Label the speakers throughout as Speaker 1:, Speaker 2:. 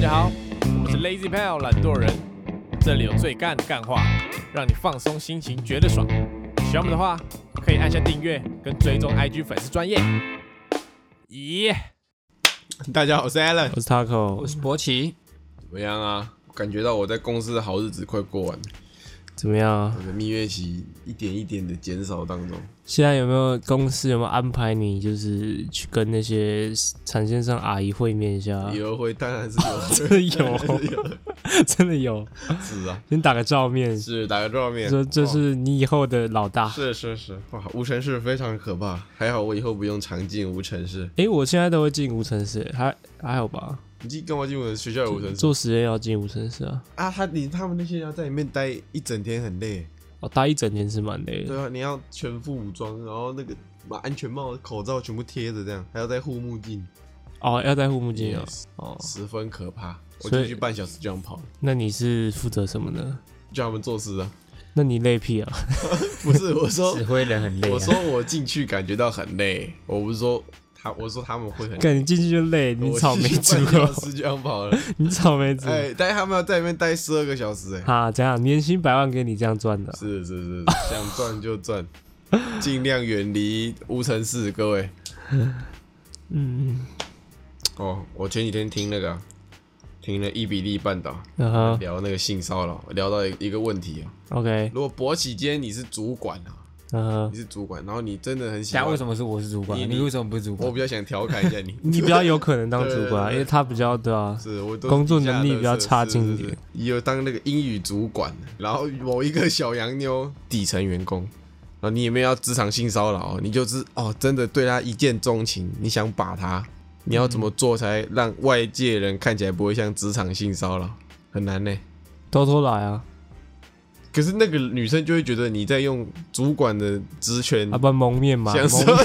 Speaker 1: 家好，我是 Lazy Pal 懒惰人，这里有最干的干话，让你放松心情，觉得爽。喜欢我们的话，可以按下订阅跟追踪 IG 粉丝专业。咦、
Speaker 2: 大家好，我是 Alan。
Speaker 1: 我是 Taco，
Speaker 3: 我是博奇，
Speaker 2: 怎么样啊？感觉到我在公司的好日子快过完了，
Speaker 3: 怎么样啊？
Speaker 2: 我的蜜月期一点一点的减少当中。
Speaker 3: 现在有没有公司有没有安排你，就是去跟那些产线上阿姨会面一下？
Speaker 2: 以后会当然是有，
Speaker 3: 真的
Speaker 2: 当然是
Speaker 3: 有，
Speaker 2: 啊 有，
Speaker 3: 真的有，
Speaker 2: 是啊，
Speaker 3: 先打个照面，
Speaker 2: 是打个照面。
Speaker 3: 说这是你以后的老大
Speaker 2: 哦。是是是，哇，无尘室非常可怕。还好我以后不用常进无尘室。
Speaker 3: 诶，我现在都会进无尘室，还还好吧？
Speaker 2: 你记干嘛进我的学校有无尘室
Speaker 3: 做实验要进无尘室啊，
Speaker 2: 啊？他你他们那些人要在里面待一整天很累。
Speaker 3: 哦，待一整天是蛮累的
Speaker 2: 对。啊，你要全副武装，然后那个把安全帽、口罩全部贴着，这样还要戴护目镜，
Speaker 3: 哦，要戴护目镜哦。
Speaker 2: Yes
Speaker 3: 哦，
Speaker 2: 十分可怕。我
Speaker 3: 所
Speaker 2: 进
Speaker 3: 以
Speaker 2: 去半小时就想跑了。
Speaker 3: 那你是负责什么呢？
Speaker 2: 叫他们做事啊。
Speaker 3: 那你累屁啊？
Speaker 2: 不是我说
Speaker 4: 指，挥人很累、啊。
Speaker 2: 我说我进去感觉到很累，我不是说他，我说他们会很累。
Speaker 3: 干你进去就累，你
Speaker 2: 我
Speaker 3: 草莓
Speaker 2: 进去
Speaker 3: 族
Speaker 2: 半小
Speaker 3: 哦，
Speaker 2: 时就想跑了。
Speaker 3: 你草莓族。
Speaker 2: 哎，但他们要在里面待十二个小时，哎，
Speaker 3: 啊，这样年薪百万给你这样赚的，啊
Speaker 2: 是是是，想赚就赚，尽量远离无尘室，各 位。
Speaker 3: 嗯，
Speaker 2: 哦，我前几天听那个啊、听了伊比利半岛
Speaker 3: 然后
Speaker 2: 聊那个性骚扰，聊到一个问题啊，
Speaker 3: OK，呃
Speaker 2: 如果勃起间你是主管啊，
Speaker 3: 然后
Speaker 2: 你是主管，然后你真的很喜
Speaker 4: 下
Speaker 2: 欢
Speaker 4: 为，什么是我是主管？
Speaker 2: 你
Speaker 4: 你为什么不是主管
Speaker 2: 我？比较想调侃一下你，
Speaker 3: 你比较有可能当主管啊，
Speaker 2: 对对对
Speaker 3: 因为他比较对 啊，
Speaker 2: 是我都
Speaker 3: 工作
Speaker 2: 底下
Speaker 3: 能力
Speaker 2: 的
Speaker 3: 比较
Speaker 2: 是
Speaker 3: 差
Speaker 2: 是
Speaker 3: 劲
Speaker 2: 是
Speaker 3: 一点
Speaker 2: 是有当那个英语主管，然后某一个小洋妞底层员工，然后你也没有要职场性骚扰，你就是哦，真的对他一见钟情，你想把他，你要怎么做才让外界人看起来不会像职场性骚扰？很难呢。
Speaker 3: 偷偷来啊，
Speaker 2: 可是那个女生就会觉得你在用主管的职权
Speaker 3: 啊不蒙面嘛，
Speaker 2: 享受，
Speaker 3: 蒙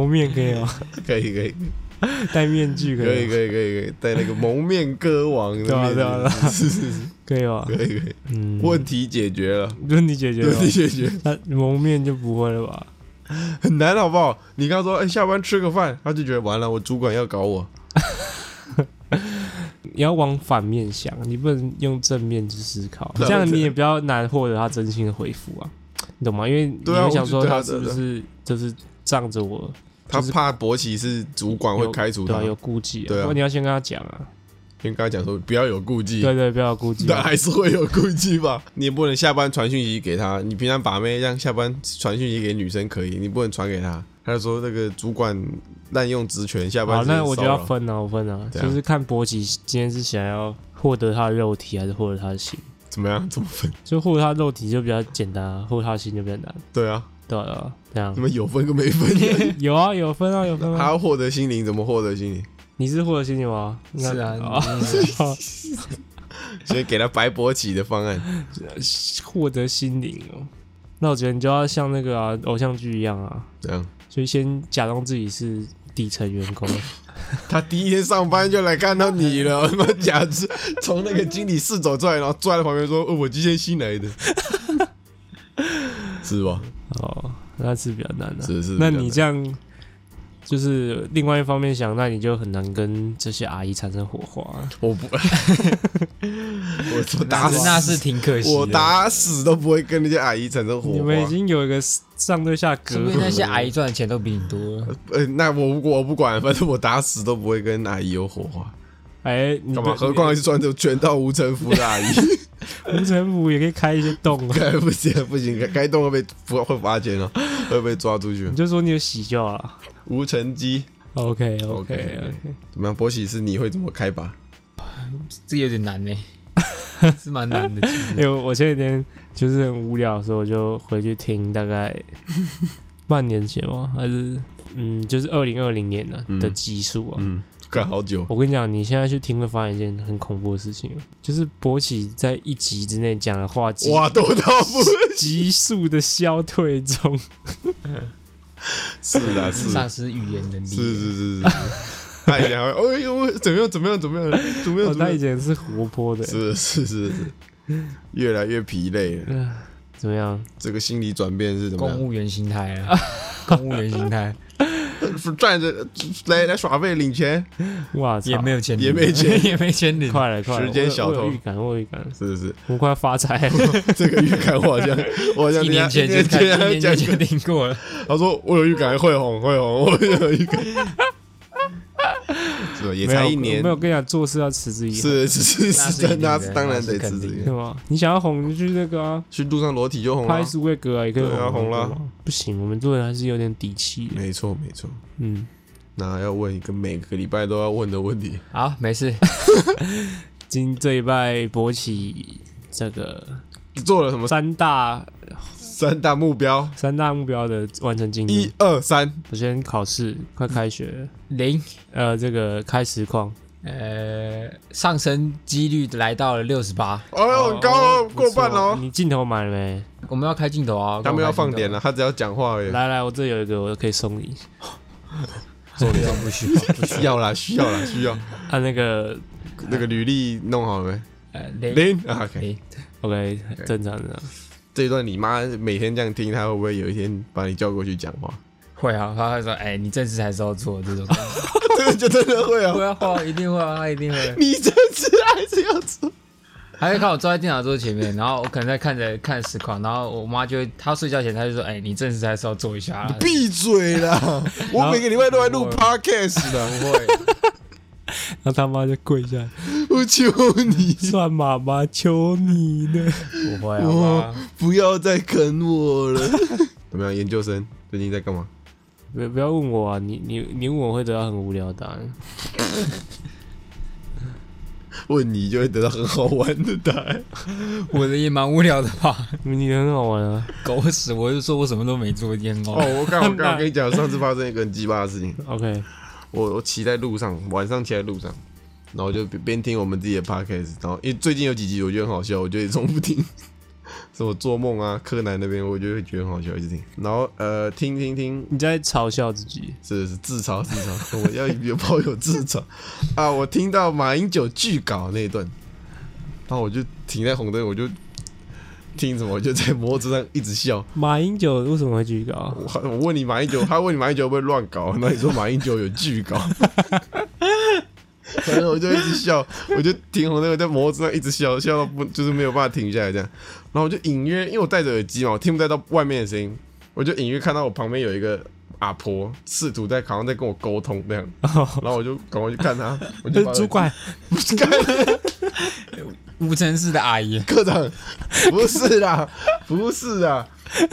Speaker 3: 蒙面可以吗？
Speaker 2: 可以可以
Speaker 3: 戴面具
Speaker 2: 可
Speaker 3: 可以哦
Speaker 2: 以
Speaker 3: 吗
Speaker 2: 可以可以可以，戴那个蒙面歌王的
Speaker 3: 啊对啊
Speaker 2: 面具，
Speaker 3: 对啊对啊
Speaker 2: 是是是，
Speaker 3: 可以吧？
Speaker 2: 可以可以，
Speaker 3: 嗯，
Speaker 2: 问题解决了。
Speaker 3: 问题解决了
Speaker 2: 问
Speaker 3: 吧，
Speaker 2: 题解决
Speaker 3: 那蒙面就不会了吧？
Speaker 2: 很难，好不好？你刚说，哎、下班吃个饭，他就觉得完了，我主管要搞我。
Speaker 3: 你要往反面想，你不能用正面去思考，
Speaker 2: 对啊
Speaker 3: 这样
Speaker 2: 对
Speaker 3: 你也比较难获得他真心的回复啊，你懂吗？因为你
Speaker 2: 对啊
Speaker 3: 会想
Speaker 2: 我
Speaker 3: 说
Speaker 2: 就对啊
Speaker 3: 他是不是就是仗着我
Speaker 2: 他
Speaker 3: 就是
Speaker 2: 怕博奇是主管会
Speaker 3: 有
Speaker 2: 开除
Speaker 3: 对
Speaker 2: 他
Speaker 3: 啊，有顾忌啊，
Speaker 2: 对啊
Speaker 3: 不然你要先跟他讲啊，
Speaker 2: 先跟他讲说不要有顾忌。
Speaker 3: 对对，不要有顾忌 啊
Speaker 2: 但，还是会有顾忌吧？你也不能下班传讯息给他。你平常把妹让下班传讯息给女生可以，你不能传给他。他就说那个主管滥用职权，下班
Speaker 3: 好，
Speaker 2: 是
Speaker 3: 那我就要
Speaker 2: 骚扰
Speaker 3: 分啊，我分啊，
Speaker 2: 怎样
Speaker 3: 就是看博奇今天是想要获得他的肉体，还是获得他的心。
Speaker 2: 怎么样？怎么分？
Speaker 3: 就获得他的肉体就比较简单啊，获得他的心就比较难，
Speaker 2: 对啊，
Speaker 3: 对啊对啊，这样
Speaker 2: 怎么有分跟没 分？
Speaker 3: 有啊，有分啊，有分
Speaker 2: 他
Speaker 3: 啊。
Speaker 2: 要获得心灵，怎么获得心灵？
Speaker 3: 你是获得心灵吗？应该
Speaker 4: 是啊
Speaker 3: 哦
Speaker 2: 先给他白勃起的方案，
Speaker 3: 获得心灵哦。那我觉得你就要像那个啊偶像剧一样啊，
Speaker 2: 这样。
Speaker 3: 所以先假装自己是底层员工，
Speaker 2: 他第一天上班就来看到你 了，他妈假是从那个经理室走出来，然后坐在旁边说：“哦、我今天新来的。” 是吧？
Speaker 3: 哦，那是比较难啊的、
Speaker 2: 是是
Speaker 3: 那
Speaker 2: 比较
Speaker 3: 你
Speaker 2: 难
Speaker 3: 这样，就是另外一方面想，那你就很难跟这些阿姨产生火花啊、
Speaker 2: 我不， 我我打
Speaker 4: 那
Speaker 2: 死
Speaker 4: 是那是挺可惜的。
Speaker 2: 我打死都不会跟那些阿姨产生火
Speaker 3: 你
Speaker 2: 花
Speaker 3: 们已。经有一个上对下
Speaker 4: 说
Speaker 3: 隔
Speaker 4: 不定那
Speaker 3: 阂，
Speaker 4: 些阿姨赚的钱都比你多了。
Speaker 2: 呃，那我不我不管，反正我打死都不会跟阿姨有火花。
Speaker 3: 哎，你
Speaker 2: 干嘛？ 何况是穿着全套无尘服的阿姨，
Speaker 3: 无尘服也可以开一些洞 啊，
Speaker 2: 不行不行，该动会被不会罚钱哦，会被抓出去
Speaker 3: 你。就说你有喜就好了。
Speaker 2: 无尘机
Speaker 3: OK OK
Speaker 2: OK，OK
Speaker 3: OK，
Speaker 2: 怎么样？博喜是你会怎么开吧？
Speaker 4: 这有点 难呢、是蛮难的。其
Speaker 3: 因为
Speaker 4: 实
Speaker 3: 我前几天就是很无聊的时候，我就回去听 大概半年前吗？还是嗯，就是二零二零年的、
Speaker 2: 嗯
Speaker 3: 的集数啊。
Speaker 2: 嗯，干好久。
Speaker 3: 我跟你讲，你现在去听会发现一件很恐怖的事情，就是博喜在一集之内讲的话，急
Speaker 2: 哇，多到不
Speaker 3: 急速的消退 中。
Speaker 2: 是啊，是
Speaker 4: 丧失语言能力，
Speaker 2: 是是是是，他以前还会，哎呦，我怎么样怎么样怎么样怎么样
Speaker 3: 哦，
Speaker 2: 怎么
Speaker 3: 他
Speaker 2: 样，
Speaker 3: 以前是活泼的，
Speaker 2: 是是是是，越来越疲累了，
Speaker 3: 怎么样？
Speaker 2: 这个心理转变是怎么
Speaker 4: 公
Speaker 2: 样？
Speaker 4: 务员心态啊，公务员心态。
Speaker 2: 站着来来耍费领钱，
Speaker 3: 哇操，
Speaker 4: 也没有钱 领，
Speaker 2: 也没钱
Speaker 4: 也没 钱领。
Speaker 3: 快了快了，
Speaker 2: 时间小
Speaker 3: 我有我有
Speaker 2: 偷
Speaker 3: 预感，我有预感，
Speaker 2: 是不是？
Speaker 3: 我快要发财了。
Speaker 2: 这个预感我好像，我好像
Speaker 4: 一年前就
Speaker 2: 听
Speaker 4: 看，
Speaker 2: 他
Speaker 4: 一年前就
Speaker 2: 啊讲，
Speaker 4: 领过了，
Speaker 2: 他说我有预感会红会红，我有预感，是吧？也
Speaker 3: 没
Speaker 2: 才
Speaker 3: 有
Speaker 2: 一
Speaker 3: 我
Speaker 2: 年
Speaker 3: 没，有跟你讲，做事要持之以恒，
Speaker 2: 是是是
Speaker 4: 那是
Speaker 2: 是，
Speaker 4: 一定
Speaker 2: 那
Speaker 4: 的
Speaker 2: 当然
Speaker 4: 那是
Speaker 2: 得
Speaker 4: 肯
Speaker 2: 辞职
Speaker 4: 定
Speaker 3: 对。吗？你想要红，你就去那个啊，
Speaker 2: 去路上裸体就红
Speaker 3: 拍
Speaker 2: 了，
Speaker 3: 苏位哥啊，也可以
Speaker 2: 对啊红了
Speaker 3: 对吗不行，我们做人还是有点底气的。
Speaker 2: 没错没错。
Speaker 3: 嗯，
Speaker 2: 那要问一个每个礼拜都要问的问题，
Speaker 4: 好，没事。
Speaker 3: 今这一拜勃起这个
Speaker 2: 做了什么
Speaker 3: 三大
Speaker 2: 三大目标？
Speaker 3: 三大目标的完成进
Speaker 2: 一
Speaker 3: 度。
Speaker 2: 二三，
Speaker 3: 首先考试，快开学了，
Speaker 4: 零，
Speaker 3: 呃，这个开实况，
Speaker 4: 呃，上升几率来到了六十八。
Speaker 2: 哎呦，很高哦，
Speaker 3: 不
Speaker 2: 过半
Speaker 3: 错
Speaker 2: 哦。
Speaker 3: 你镜头买了没？
Speaker 4: 我们要开镜头啊，
Speaker 2: 他们要放
Speaker 4: 点
Speaker 2: 点了，他只要讲话而已。
Speaker 3: 来来，我这有一个，我可以送你。
Speaker 4: 重点不需要，不需要。
Speaker 2: 要啦，需要啦，需要。
Speaker 3: 啊，那个
Speaker 2: 那个履历弄好了没？
Speaker 4: 呃，零
Speaker 2: 零啊，OK。
Speaker 4: 零，
Speaker 3: OK，正常的。
Speaker 2: 这一段你妈每天这样听，她会不会有一天把你叫过去讲话？
Speaker 4: 会啊，他会说，哎，你正式还是要做这 种，
Speaker 2: 这个就真的会啊！
Speaker 4: 会啊，会啊，一定会啊，他一定会。
Speaker 2: 你这次还是要做？
Speaker 4: 还会看我坐在电脑桌前面，然后我可能在看着看实况，然后我妈就会，她睡觉前她就说，哎，你正式还是要做一下啊。
Speaker 2: 闭嘴 啦！我每个礼拜都在录 podcast 的，
Speaker 4: 不会，
Speaker 3: 然后他妈就跪下来，
Speaker 2: 我求你
Speaker 3: 算妈妈求你了。
Speaker 4: 不会，好不好？
Speaker 2: 不要再啃我了。 怎么样，研究生最近在干嘛？
Speaker 3: 不不要问我啊，你你你问我会得到很无聊的答案。
Speaker 2: 问你就会得到很好玩的答案。
Speaker 4: 我的也蛮无聊的吧，
Speaker 3: 你很好玩啊。
Speaker 4: 狗屎！我就说我什么都没做，烟哦
Speaker 2: 哦，。 我刚我刚跟你讲，上次发生一个很鸡巴的事情。
Speaker 3: OK，
Speaker 2: 我我骑在路上，晚上骑在路上，然后就边边听我们自己的 podcast，然后因为最近有几集我觉得很好笑，我就一直重复听， 什么做梦啊、柯南那边，我就会觉得很好笑，一直听。然后呃，听听听，
Speaker 3: 你在嘲笑自己。
Speaker 2: 是是自嘲自嘲， 我要有抱有自嘲啊！我听到马英九拒稿那一段，然后我就停在红灯，我就听什么，我就在摩托车上一直笑。
Speaker 3: 马英九为什么会举高？
Speaker 2: 我我问你马英 九，他问你马英九会不会乱搞，那你说马英九有巨搞， 反正我就一直笑，我就停红灯，我在摩托车上一直笑，笑到不就是没有办法停下来这样。然后我就隐约，因为我戴着耳机嘛，我听不太到外面的声音，我就隐约看到我旁边有一个阿婆试图在好像在跟我沟通那样，然后我就赶快去看她，我 就把
Speaker 3: 呃主管，
Speaker 2: 不是看
Speaker 4: 无尘室的阿姨，
Speaker 2: 科长，不是啦，不是啦。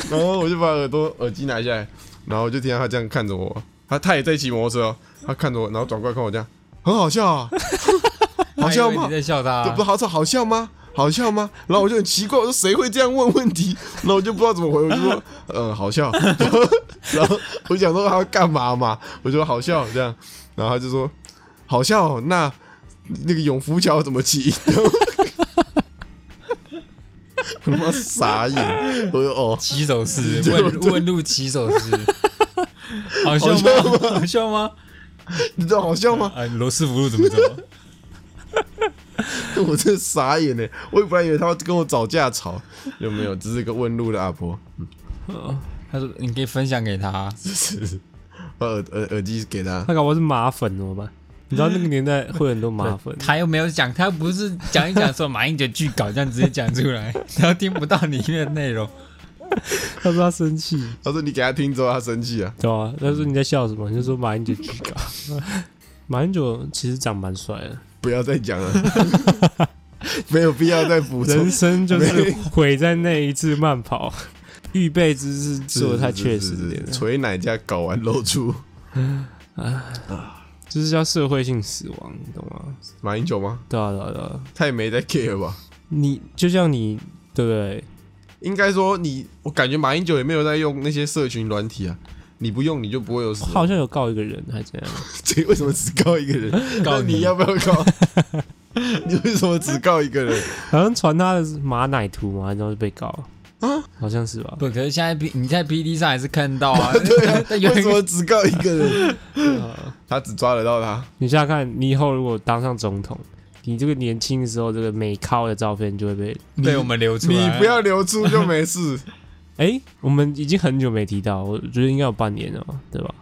Speaker 2: 然后我就把耳朵耳机拿下来，然后我就听到他这样看着我，他他也在骑摩托车、哦，他看着我，然后转过来看我这样，很好笑啊，好笑
Speaker 4: 她以为
Speaker 2: 吗
Speaker 4: 你？在笑他
Speaker 2: 对，不
Speaker 4: 啊，
Speaker 2: 是好笑，好笑吗？好笑吗？然后我就很奇怪，我说谁会这样问问题？然后我就不知道怎么回，我就说 嗯好笑。然后然后我想说他要干嘛嘛？我就说好笑这样，然后他就说好笑哦、那那个永福桥怎么 骑？我他妈傻眼！我说哦，
Speaker 4: 骑手式问问路骑手 式，好笑吗？好笑吗？
Speaker 2: 你知道好笑吗？
Speaker 4: 啊，罗斯福路怎么走？
Speaker 2: 我真的傻眼呢！我本来以为他要跟我找架吵，有没有？只是个问路的阿婆。
Speaker 4: 他说你可以分享给他，
Speaker 2: 是是，把耳耳耳机给他。
Speaker 3: 他搞我是马粉怎么办？你知道那个年代会很多马粉，
Speaker 4: 他又没有讲，他不是讲一讲说马英九巨搞这样直接讲出来，然后听不到里面的内容。
Speaker 3: 他说他生气，
Speaker 2: 他说你给他听之后，他生气啊。
Speaker 3: 对啊，他说你在笑什么？你就说马英九举高。 马英九其实长蛮帅的，
Speaker 2: 不要再讲了， 没有必要再补充
Speaker 3: 人。生就是
Speaker 2: 没
Speaker 3: 毁在那一次慢 跑，预备姿势
Speaker 2: 是
Speaker 3: 做的太确
Speaker 2: 是
Speaker 3: 实
Speaker 2: 是
Speaker 3: 一点
Speaker 2: 是是，
Speaker 3: 了
Speaker 2: 锤奶加睾丸露出，
Speaker 3: 这是叫社会性死亡，你懂吗？
Speaker 2: 马英九吗？
Speaker 3: 对啊，对啊，对啊，
Speaker 2: 他也没在 care 吧？
Speaker 3: 你就像你对不对？
Speaker 2: 应该说你，我感觉马英九也没有在用那些社群软体啊。你不用，你就不会有死
Speaker 3: 我。好像有告一个人还怎样？
Speaker 2: 这为什么只告一个人？
Speaker 4: 告
Speaker 2: 那
Speaker 4: 你
Speaker 2: 你要不要 告？你为什么只告一个人？
Speaker 3: 好像传他的马奶图嘛，然后就被告啊，好像是吧？
Speaker 4: 不，可是现在 P 你在 P D 上还是看到啊，
Speaker 2: 对啊，
Speaker 4: 但 有
Speaker 2: 为
Speaker 4: 一
Speaker 2: 什
Speaker 4: 个
Speaker 2: 么只告一个 人？他只抓得到他，
Speaker 3: 你想想看，你以后如果当上总统，你这个年轻的时候这个美靠的照片就会被
Speaker 4: 被我们流出
Speaker 2: 你
Speaker 4: 来。啊
Speaker 2: 不要流出就没事。
Speaker 3: 哎、我们已经很久没提到，我觉得应该有半年了吧，对吧？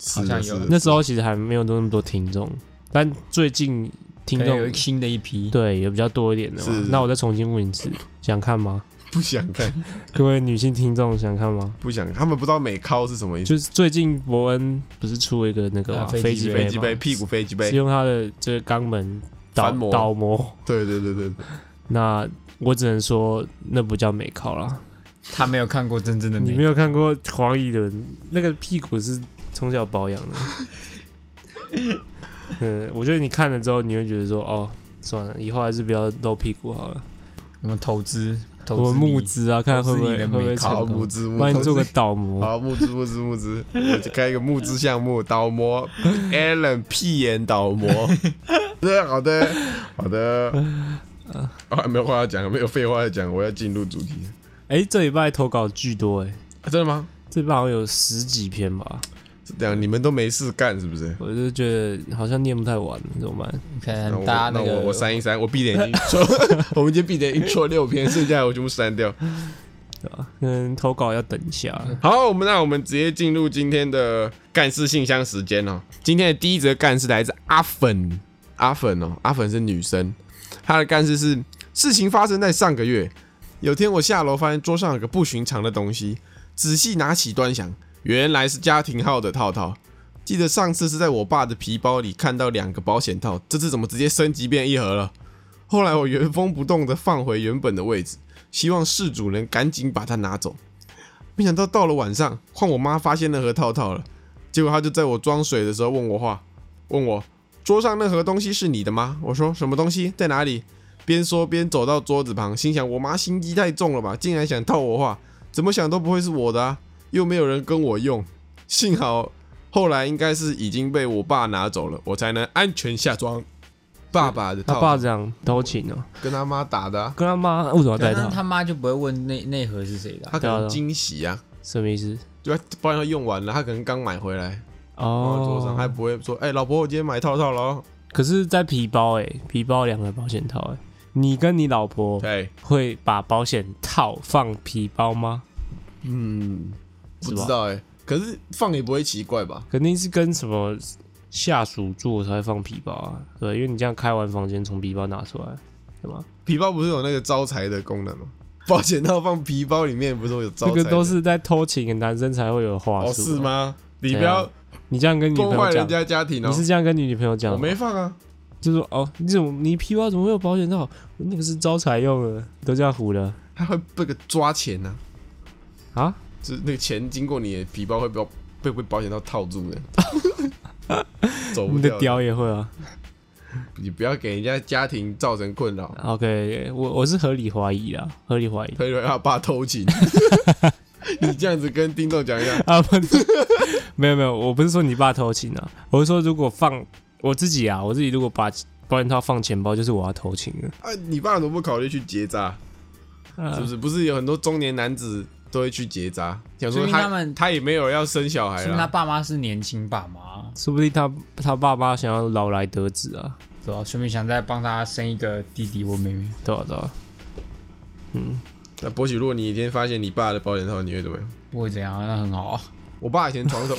Speaker 2: 是
Speaker 4: 好像
Speaker 2: 的
Speaker 4: 有
Speaker 2: 是的啊
Speaker 3: 那时候其实还没有那么多听众，但最近听
Speaker 4: 可能有
Speaker 3: 众
Speaker 4: 一新的一批，
Speaker 3: 对也比较多一点的嘛
Speaker 2: 是。
Speaker 3: 那我再重新问一次，想看吗？
Speaker 2: 不想看，
Speaker 3: 各位女性听众想看吗？
Speaker 2: 不想看，他们不知道美靠是什么意思。
Speaker 3: 就是最近伯恩不是出了一个那个、
Speaker 4: 啊
Speaker 3: 嘛
Speaker 4: 飞
Speaker 3: 飞
Speaker 4: 机
Speaker 3: 机
Speaker 4: 杯
Speaker 2: 飞机
Speaker 3: 吗
Speaker 2: 杯，屁股飞机
Speaker 3: 是
Speaker 2: 杯，
Speaker 3: 用他的这个肛门倒
Speaker 2: 翻模
Speaker 3: 倒模。
Speaker 2: 对对对对，对
Speaker 3: 那我只能说，那不叫美考啦。
Speaker 4: 他没有看过真正的
Speaker 3: 你
Speaker 4: 美
Speaker 3: 没有看过黄以伦那个屁股是从小保养的。 嗯，我觉得你看了之后，你会觉得说，哦，算了，以后还是不要露屁股好了。
Speaker 4: 我们投资，投
Speaker 3: 我们
Speaker 4: 资
Speaker 3: 募
Speaker 4: 力
Speaker 3: 资啊，看会不
Speaker 4: 投资
Speaker 3: 会
Speaker 4: 你的
Speaker 3: 会不会
Speaker 4: 美考
Speaker 3: 成
Speaker 2: 好募
Speaker 3: 功，
Speaker 2: 资，募
Speaker 3: 帮你
Speaker 2: 资
Speaker 3: 做个倒模。
Speaker 2: 好募资募资募资，我就开一个募资项目，倒 模 Alan 屁眼倒模。对，好的，好的。 啊，没有话要讲，没有废话要讲，我要进入主题。
Speaker 3: 哎、这礼拜投稿巨多哎、
Speaker 2: 啊真的吗？
Speaker 3: 这礼拜好像有十几篇吧，
Speaker 2: 是这样，你们都没事干是不是？
Speaker 3: 我就觉得好像念不太完，怎么办？
Speaker 4: 可
Speaker 2: 那
Speaker 4: 能
Speaker 2: 啊我
Speaker 4: 大家
Speaker 2: 那
Speaker 4: 个
Speaker 2: 我我删一删，我闭着眼睛 说， 我们今天闭着眼睛说六篇，剩下的我全部删掉。
Speaker 3: 对吧？嗯，投稿要等一下。
Speaker 2: 好，我们那我们直接进入今天的干事信箱时间哦。今天的第一则干事来自阿粉，阿粉哦，阿粉是女生，她的干事是事情发生在上个月，有天我下楼发现桌上有个不寻常的东西，仔细拿起端详，原来是家庭号的套套。记得上次是在我爸的皮包里看到两个保险套，这次怎么直接升级变一盒了？后来我原封不动的放回原本的位置，希望事主能赶紧把它拿走。没想到到了晚上，换我妈发现那盒套套了，结果她就在我装水的时候问我话，问我桌上那盒东西是你的吗？我说什么东西在哪里？边说边走到桌子旁，心想我妈心机太重了吧，竟然想套我话，怎么想都不会是我的啊，又没有人跟我用。幸好后来应该是已经被我爸拿走了，我才能安全下装。爸爸的
Speaker 3: 他
Speaker 2: 套
Speaker 3: 爸这样偷情哦、
Speaker 2: 跟他妈打的啊、
Speaker 3: 跟他妈为什么要带
Speaker 4: 对那他
Speaker 3: 他？
Speaker 4: 妈就不会问那那盒是谁的啊、
Speaker 2: 他可
Speaker 3: 对啊对
Speaker 2: 能
Speaker 3: 啊
Speaker 2: 惊喜啊，
Speaker 3: 什么意思？
Speaker 2: 对啊，不然他用完了，他可能刚买回来。放在桌上，还
Speaker 3: 哦，
Speaker 2: 不会说，哎、老婆，我今天买套套了哦。
Speaker 3: 可是，在皮包哎、皮包两个保险套哎、你跟你老婆
Speaker 2: 对，
Speaker 3: 会把保险套放皮包吗？
Speaker 2: 嗯，不
Speaker 3: 是吧
Speaker 2: 知道哎、可是放也不会奇怪吧？
Speaker 3: 肯定是跟什么下属做才会放皮包啊，对，因为你这样开完房间从皮包拿出来，对吧？
Speaker 2: 皮包不是有那个招财的功能吗？保险套放皮包里面不是会有招
Speaker 3: 这
Speaker 2: 财的？
Speaker 3: 个都是在偷情的男生才会有话术、
Speaker 2: 哦，是？吗？你不
Speaker 3: 对啊
Speaker 2: 要
Speaker 3: 你这样跟你女
Speaker 2: 崩
Speaker 3: 朋
Speaker 2: 坏
Speaker 3: 友
Speaker 2: 人
Speaker 3: 讲，
Speaker 2: 家家庭哦
Speaker 3: 你。是这样跟你女朋友讲
Speaker 2: 我
Speaker 3: 的吗，
Speaker 2: 没放啊，
Speaker 3: 就说哦，你怎么你皮包怎么会有保险套？那个是招财用的，都这样唬了
Speaker 2: 他会被个抓钱呐、
Speaker 3: 啊？
Speaker 2: 啊，就是那个钱经过你的皮包会被被被保险套套住 的，走不
Speaker 3: 你的
Speaker 2: 掉
Speaker 3: 屌也会啊
Speaker 2: 你不要给人家家庭造成困 扰，
Speaker 3: ？OK，我我是合理怀疑啦，合理怀疑。
Speaker 2: 推说他爸偷 情。你这样子跟听众讲一下，
Speaker 3: 啊，不是，没有没有，我不是说你爸偷情啊，我是说如果放我自己啊，我自己如果把保险套放钱包，就是我要偷情了。
Speaker 2: 啊，你爸怎么不考虑去结扎？
Speaker 4: 嗯
Speaker 3: 啊
Speaker 2: 是不是？不是有很多中年男子都会去结扎，想
Speaker 4: 说
Speaker 2: 说
Speaker 4: 明
Speaker 2: 他
Speaker 4: 他们
Speaker 2: 他也没有要生小孩啊
Speaker 4: 说明他
Speaker 2: 啦。
Speaker 4: 爸妈是年轻爸妈，啊
Speaker 3: 说不定他他爸妈想要老来得子啊，
Speaker 4: 对吧、顺便想再帮他生一个弟弟或妹妹，
Speaker 3: 对啊吧、对吧、
Speaker 2: 那博喜，如果你一天发现你爸的保险套，你会怎么样？
Speaker 4: 不会怎样，那 很好啊，
Speaker 2: 我爸以前床 头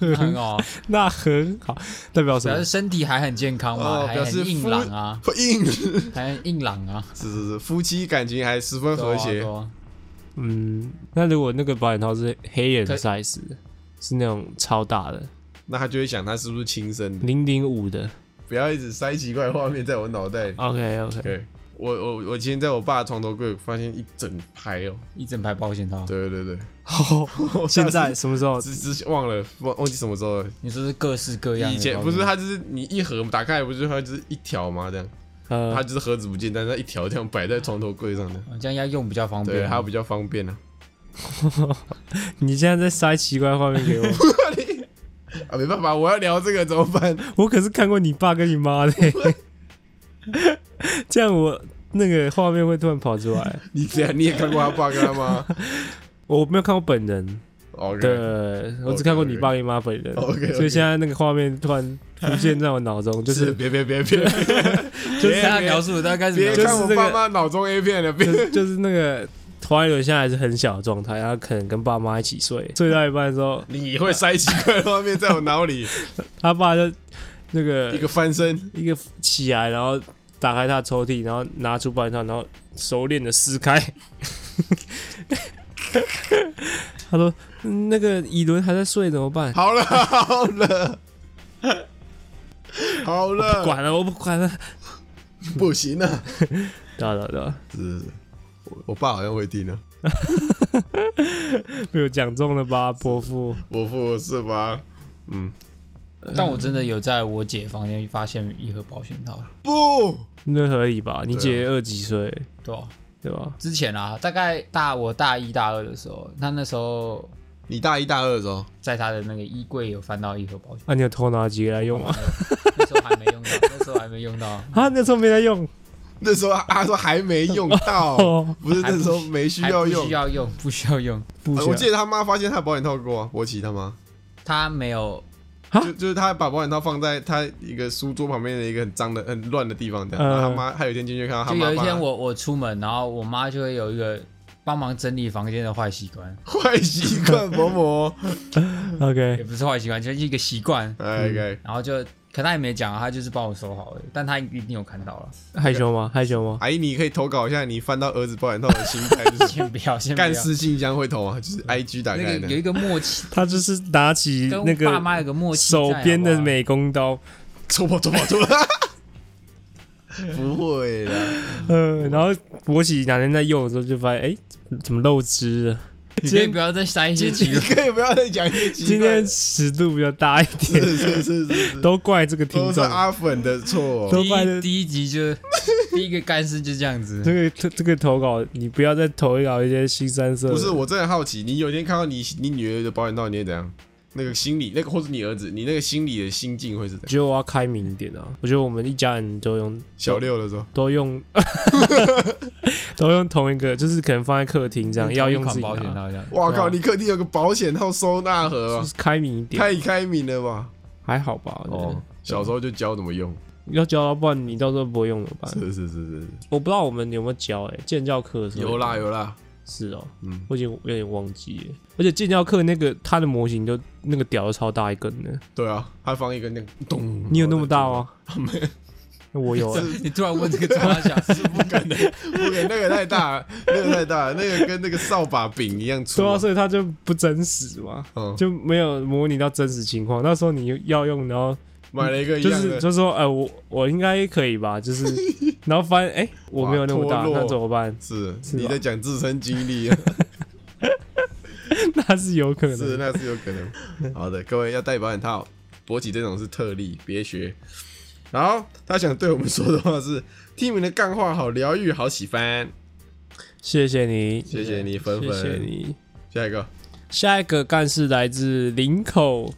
Speaker 4: 那很好啊，
Speaker 3: 那很好，代表什
Speaker 4: 表
Speaker 3: 么
Speaker 4: 示？身体还很健康嘛，
Speaker 2: 哦
Speaker 4: 还
Speaker 2: 表示
Speaker 4: 很硬
Speaker 2: 夫
Speaker 4: 朗啊，
Speaker 2: 硬，
Speaker 4: 还很硬朗啊，
Speaker 2: 是是是，夫妻感情还十分
Speaker 4: 对啊
Speaker 2: 和谐
Speaker 4: 对。啊
Speaker 3: 嗯，那如果那个保险套是黑人
Speaker 4: 可
Speaker 3: size，的是那种超大的
Speaker 2: 那他就会想他是不是亲生的？
Speaker 3: 零零五的
Speaker 2: 不要一直塞奇怪的画面在我脑袋里。
Speaker 3: ，OK OK，
Speaker 2: 对，我我我今天在我爸的床头柜发现一整排哦。
Speaker 4: 一整排保险套，
Speaker 2: 对对 对，
Speaker 3: 好，哦现在什么 时候？
Speaker 2: 只只忘了忘忘记什么时候了。
Speaker 4: 你说是各式各
Speaker 3: 啊
Speaker 4: 样的
Speaker 2: 以
Speaker 4: 保险
Speaker 2: 前
Speaker 4: 套，
Speaker 2: 不是他就是你一盒打开不是它就是一条吗？这样。
Speaker 3: 呃
Speaker 2: 它，就是盒子不见，但是它一条这样摆在床头柜上的，
Speaker 4: 啊这样要用比较方
Speaker 2: 对，
Speaker 4: 便啊，
Speaker 2: 它比较方便啊。
Speaker 3: 你现在在塞奇怪的画面给我，
Speaker 2: 啊，没办法，我要聊这个怎么办？
Speaker 3: 我可是看过你爸跟你妈的、 这样我那个画面会突然跑出来。
Speaker 2: 你这样你也看过他爸跟他妈
Speaker 3: 我没有看过本人，
Speaker 2: ？OK，
Speaker 3: 对我只看过你爸跟你妈本人
Speaker 2: OK，OK
Speaker 3: 所以现在那个画面突然浮现在我脑中，就是是
Speaker 2: 别别别别，
Speaker 4: 就是他描述的大概是
Speaker 2: 别
Speaker 4: 描述
Speaker 2: 看我
Speaker 3: 这个
Speaker 2: 爸妈脑中 A 片了，别
Speaker 3: 就是就是那个花一轮现在还是很小的状态，他可能跟爸妈一起睡，睡到一半的时候，
Speaker 2: 你会塞奇怪的画面在我脑里，
Speaker 3: 他爸就那个
Speaker 2: 一个翻身，
Speaker 3: 一个起来，然后打开他的抽屉，然后拿出保险套，然后熟练的撕开。 他说：“嗯那个乙伦还在睡怎么办？
Speaker 2: 好了好了 好
Speaker 3: 不
Speaker 2: 了，
Speaker 3: 管了，我不管了。
Speaker 2: 不行啊！
Speaker 3: 对啊”对啊对啊，
Speaker 2: 是，我我爸好像会听啊，
Speaker 3: 没有讲中了吧，伯父？
Speaker 2: 我父是吧？嗯，
Speaker 4: 但我真的有在我姐房间发现一盒保险套，
Speaker 2: 不，
Speaker 3: 那合理吧？你姐二十几岁，
Speaker 4: 对吧？
Speaker 3: 对吧？
Speaker 4: 之前啊，大概大我大一大二的时候，他那时候
Speaker 2: 你大一大二的时候，
Speaker 4: 在他的那个衣柜有翻到一盒保险
Speaker 3: 啊，你有偷拿几个来用
Speaker 4: 套
Speaker 3: 吗？，
Speaker 4: 那时候还没用到，那时候还没用 到，
Speaker 2: 哦
Speaker 3: 啊，那时候没在用
Speaker 2: 那时候他说还没用 到，
Speaker 3: 哦，
Speaker 2: 不是那时候没需
Speaker 4: 还
Speaker 2: 要
Speaker 4: 不
Speaker 2: 用
Speaker 4: 需。要用，不需要用。
Speaker 3: 不
Speaker 2: 呃
Speaker 3: 行
Speaker 2: 我记得他妈发现他的保险套给我啊，博奇他妈，
Speaker 4: 他没有，
Speaker 3: 啊
Speaker 2: 就就是他把保险套放在他一个书桌旁边的一个很脏的、很乱的地方，这样。
Speaker 3: 嗯
Speaker 2: 然后他妈，他有一天进去看到他
Speaker 4: 呃就
Speaker 2: 妈
Speaker 4: 有一天
Speaker 2: 妈
Speaker 4: 我我出门，然后我妈就会有一个帮忙整理房间的坏习惯，
Speaker 2: 坏习惯，伯 母，
Speaker 4: 也
Speaker 3: OK，
Speaker 4: 不是坏习惯，就是一个习惯。
Speaker 2: 哎，该
Speaker 4: 然后就，可她也没讲啊，她就是帮我收好而已，但她一定有看到了。
Speaker 3: 害羞吗？害羞吗？
Speaker 2: 阿姨，哎你可以投稿一下你翻到儿子保险套的心态是什 么？
Speaker 4: 先不要，先不要
Speaker 2: 干。事信箱会投啊，就是 I G 打开
Speaker 4: 那个
Speaker 2: 的
Speaker 4: 有。一个默契，
Speaker 3: 他就是拿起
Speaker 4: 跟
Speaker 3: 那
Speaker 4: 爸
Speaker 3: 个
Speaker 4: 妈有个默契在，
Speaker 3: 手边
Speaker 4: 好
Speaker 3: 的
Speaker 4: 不好
Speaker 3: 美工刀，
Speaker 2: 戳破戳破戳破！ 不会啦，
Speaker 3: 呃，然后博喜哪天在用的时候就发现，哎、怎么漏汁了？
Speaker 4: 你可以不要再塞一些奇
Speaker 2: 你可以不要再讲一些奇
Speaker 3: 今
Speaker 2: 怪
Speaker 3: 天
Speaker 2: 的。
Speaker 3: 尺度比较大一点，
Speaker 2: 是是是是是，
Speaker 3: 都怪这个听
Speaker 2: 都是
Speaker 3: 众。
Speaker 2: 阿粉的错。
Speaker 3: 都怪
Speaker 4: 第
Speaker 3: 了
Speaker 4: 一第一集就 第一个干事就这样子
Speaker 3: 这，个这这个投稿，你不要再投稿一些新三色的。
Speaker 2: 不是，我真的好奇，你有一天看到你你女儿的保险套，你会怎样？那个心理，那个或是你儿子，你那个心理的心境会是怎
Speaker 3: 我
Speaker 2: 样？
Speaker 3: 觉得我要开明一点啊！我觉得我们一家人都用
Speaker 2: 小六的时候，
Speaker 3: 都 用都用同一个，就是可能放在客厅这样，要用
Speaker 4: 同
Speaker 3: 自
Speaker 4: 一
Speaker 3: 己啊
Speaker 4: 款保险
Speaker 3: 拿，
Speaker 4: 套这样。
Speaker 2: 哇靠！
Speaker 3: 对
Speaker 2: 你客厅有个保险套收纳盒
Speaker 3: 就
Speaker 2: 啊，
Speaker 3: 是开明一点，
Speaker 2: 太开明了吧？
Speaker 3: 还好吧？我觉得
Speaker 2: 哦，小时候就教怎么用，
Speaker 3: 要教到，不然你到时候不会用怎么办？
Speaker 2: 是是是是，
Speaker 3: 我不知道我们有没有教哎、建教课的时
Speaker 2: 是
Speaker 3: 候
Speaker 2: 有啦有啦，
Speaker 3: 是哦，
Speaker 2: 嗯，
Speaker 3: 我已经有点忘记了。而且建教课那个它的模型就那个屌都超大一根的，
Speaker 2: 对啊，他放一个那个咚，
Speaker 3: 你有那么大？吗？没， 我有、欸。
Speaker 4: 你突然问这个抓小事，
Speaker 2: 不 可能，不可能，那个太大了，那个太大了，那个跟那个扫把柄一样粗
Speaker 3: 对啊，
Speaker 2: 啊。
Speaker 3: 所以它就不真实嘛，
Speaker 2: 嗯，
Speaker 3: 就没有模拟到真实情况。那时候你要用，然后
Speaker 2: 买了一个一
Speaker 3: 就
Speaker 2: 样
Speaker 3: 是
Speaker 2: 的，
Speaker 3: 就说，哎，我我应该可以 吧？就是，然后发现，哎，我没有那么大，
Speaker 2: 哇脱落
Speaker 3: 那怎么办？
Speaker 2: 是
Speaker 3: 是啊吧
Speaker 2: 你在讲自身经历啊。
Speaker 3: 那是有可能
Speaker 2: 是，
Speaker 3: 的。
Speaker 2: 那是有可能。好的，各位要戴保险套，勃起这种是特例，别学。然后他想对我们说的话是：听你们的干话好疗愈，好喜欢，
Speaker 3: 谢谢你，
Speaker 2: 谢谢你，粉
Speaker 3: 谢
Speaker 2: 粉。
Speaker 3: 谢你。
Speaker 2: 下一个
Speaker 3: 下一个干事来自林口，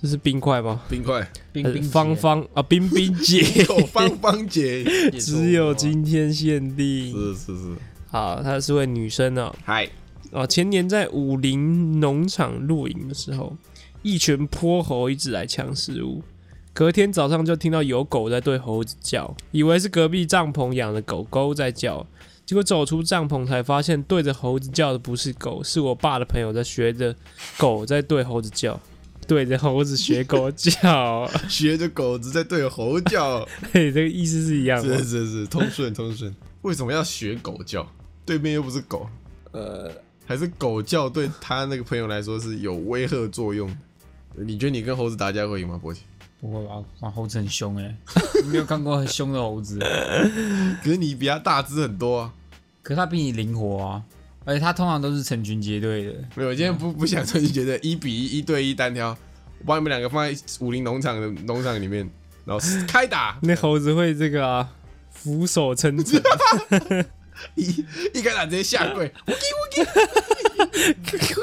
Speaker 3: 这是冰块吗？
Speaker 2: 冰块，
Speaker 4: 冰
Speaker 3: 还是
Speaker 4: 冰姐
Speaker 3: 芳芳啊，冰冰 姐，
Speaker 2: 口芳芳 姐，
Speaker 4: 也是
Speaker 3: 只有
Speaker 4: 我
Speaker 3: 今天限定。
Speaker 2: 是是是，
Speaker 3: 好，她是位女生呢、
Speaker 2: 嗨，
Speaker 3: 啊，前年在武林农场露营的时候，一群泼猴一直来抢食物。隔天早上就听到有狗在对猴子叫，以为是隔壁帐篷养的狗狗在叫，结果走出帐篷才发现对着猴子叫的不是狗，是我爸的朋友在学着狗在对猴子叫，对着猴子学狗叫，
Speaker 2: 学着狗子在对猴叫，
Speaker 3: 嘿，这个意思是一样
Speaker 2: 是
Speaker 3: 的。
Speaker 2: 是是，通顺通顺。 为什么要学狗叫？对面又不是狗，
Speaker 3: 呃，
Speaker 2: 还是狗叫对他那个朋友来说是有威吓作用的。你觉得你跟猴子打架会赢吗，博奇？
Speaker 4: 不会吧？哇，猴子很凶哎、你没有看过很凶的猴子，
Speaker 2: 可是你比他大只很多啊。
Speaker 4: 可是它比你灵活啊，而且它通常都是成群结队的。
Speaker 2: 没有，我今天不
Speaker 4: 嗯
Speaker 2: 不想说，你觉得一比一、一对一单挑，我把你们两个放在武林农场的农场里面，然后开 打，
Speaker 3: 那猴子会这个啊，俯首称臣，
Speaker 2: 一一开打直接下跪，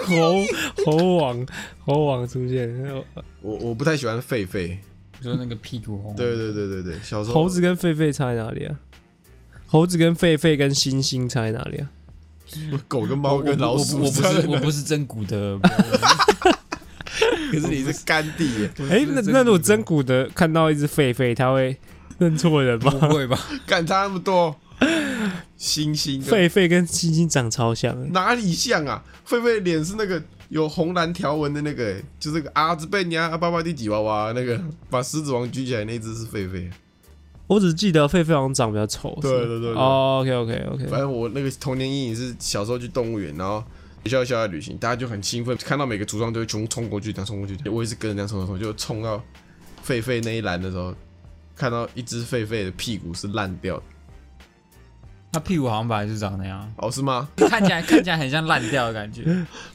Speaker 3: 猴猴王猴王出现，呃
Speaker 2: 我我不太喜欢狒狒，
Speaker 4: 你说那个屁股红，
Speaker 2: 对对对对对，小时候
Speaker 3: 猴子跟狒狒差在哪里啊？猴子跟狒狒跟猩猩差在哪里啊？
Speaker 2: 狗跟
Speaker 4: 我
Speaker 2: 猫
Speaker 4: 我
Speaker 2: 跟老鼠
Speaker 4: 我不
Speaker 2: 真
Speaker 4: 是
Speaker 2: 的
Speaker 4: 我不是真骨 的，
Speaker 2: 可是你是干弟耶，
Speaker 3: 哎、那那如果真
Speaker 4: 真
Speaker 3: 古德看到一只狒狒，他会认错人吗？
Speaker 4: 不会吧？
Speaker 2: 干差那么多，星星的，
Speaker 3: 狒狒跟星星长超像的，
Speaker 2: 哪里像啊？狒狒脸是那个有红蓝条纹的那个、欸，就是那个阿兹贝尼亚阿巴巴蒂吉娃娃那个，把狮子王举起来那只是狒狒。
Speaker 3: 我只记得狒狒好像长比较丑。是吗
Speaker 2: 对对对对
Speaker 3: 哦，OK OK OK，
Speaker 2: 反正我那个童年阴影是小时候去动物园，然后学校校外旅行，大家就很兴奋，看到每个橱窗都会冲冲过去，这样冲过去。我也是跟着这样冲冲冲，就冲到狒狒那一栏的时候，看到一只狒狒的屁股是烂掉的。
Speaker 4: 他屁股好像本来就长那样，
Speaker 2: 哦，是吗？
Speaker 4: 看起来看起来很像烂掉的感觉。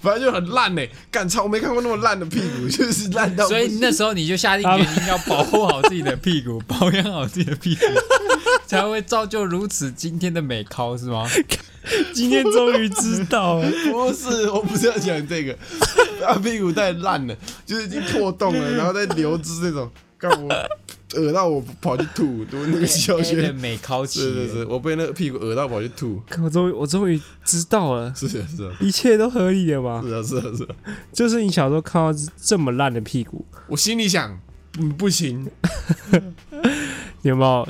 Speaker 2: 反正就很烂呢、干操，我没看过那么烂的屁股， 就是烂到不
Speaker 4: 所以
Speaker 2: 行
Speaker 4: 那时候你就下定决心要保护好自己的屁股， 保养好自己的屁股， 才会造就如此今天的美尻是吗？
Speaker 3: 今天终于知道了，
Speaker 2: 不是，我不是要讲这个， 他屁股太烂了，就是已经破洞了，然后再流汁那种，干我恶到我跑去吐，读那个小
Speaker 4: A 的
Speaker 2: 学，
Speaker 4: 美尻期，
Speaker 2: 是是是，我被那个屁股呃恶到跑去吐，
Speaker 3: 我终于我终于知道了，
Speaker 2: 是啊是啊
Speaker 3: 一切都合理了吧？
Speaker 2: 是啊是啊是啊，
Speaker 3: 就是你小时候看到这么烂的屁股，
Speaker 2: 我心里想，嗯不行，
Speaker 3: 有没有？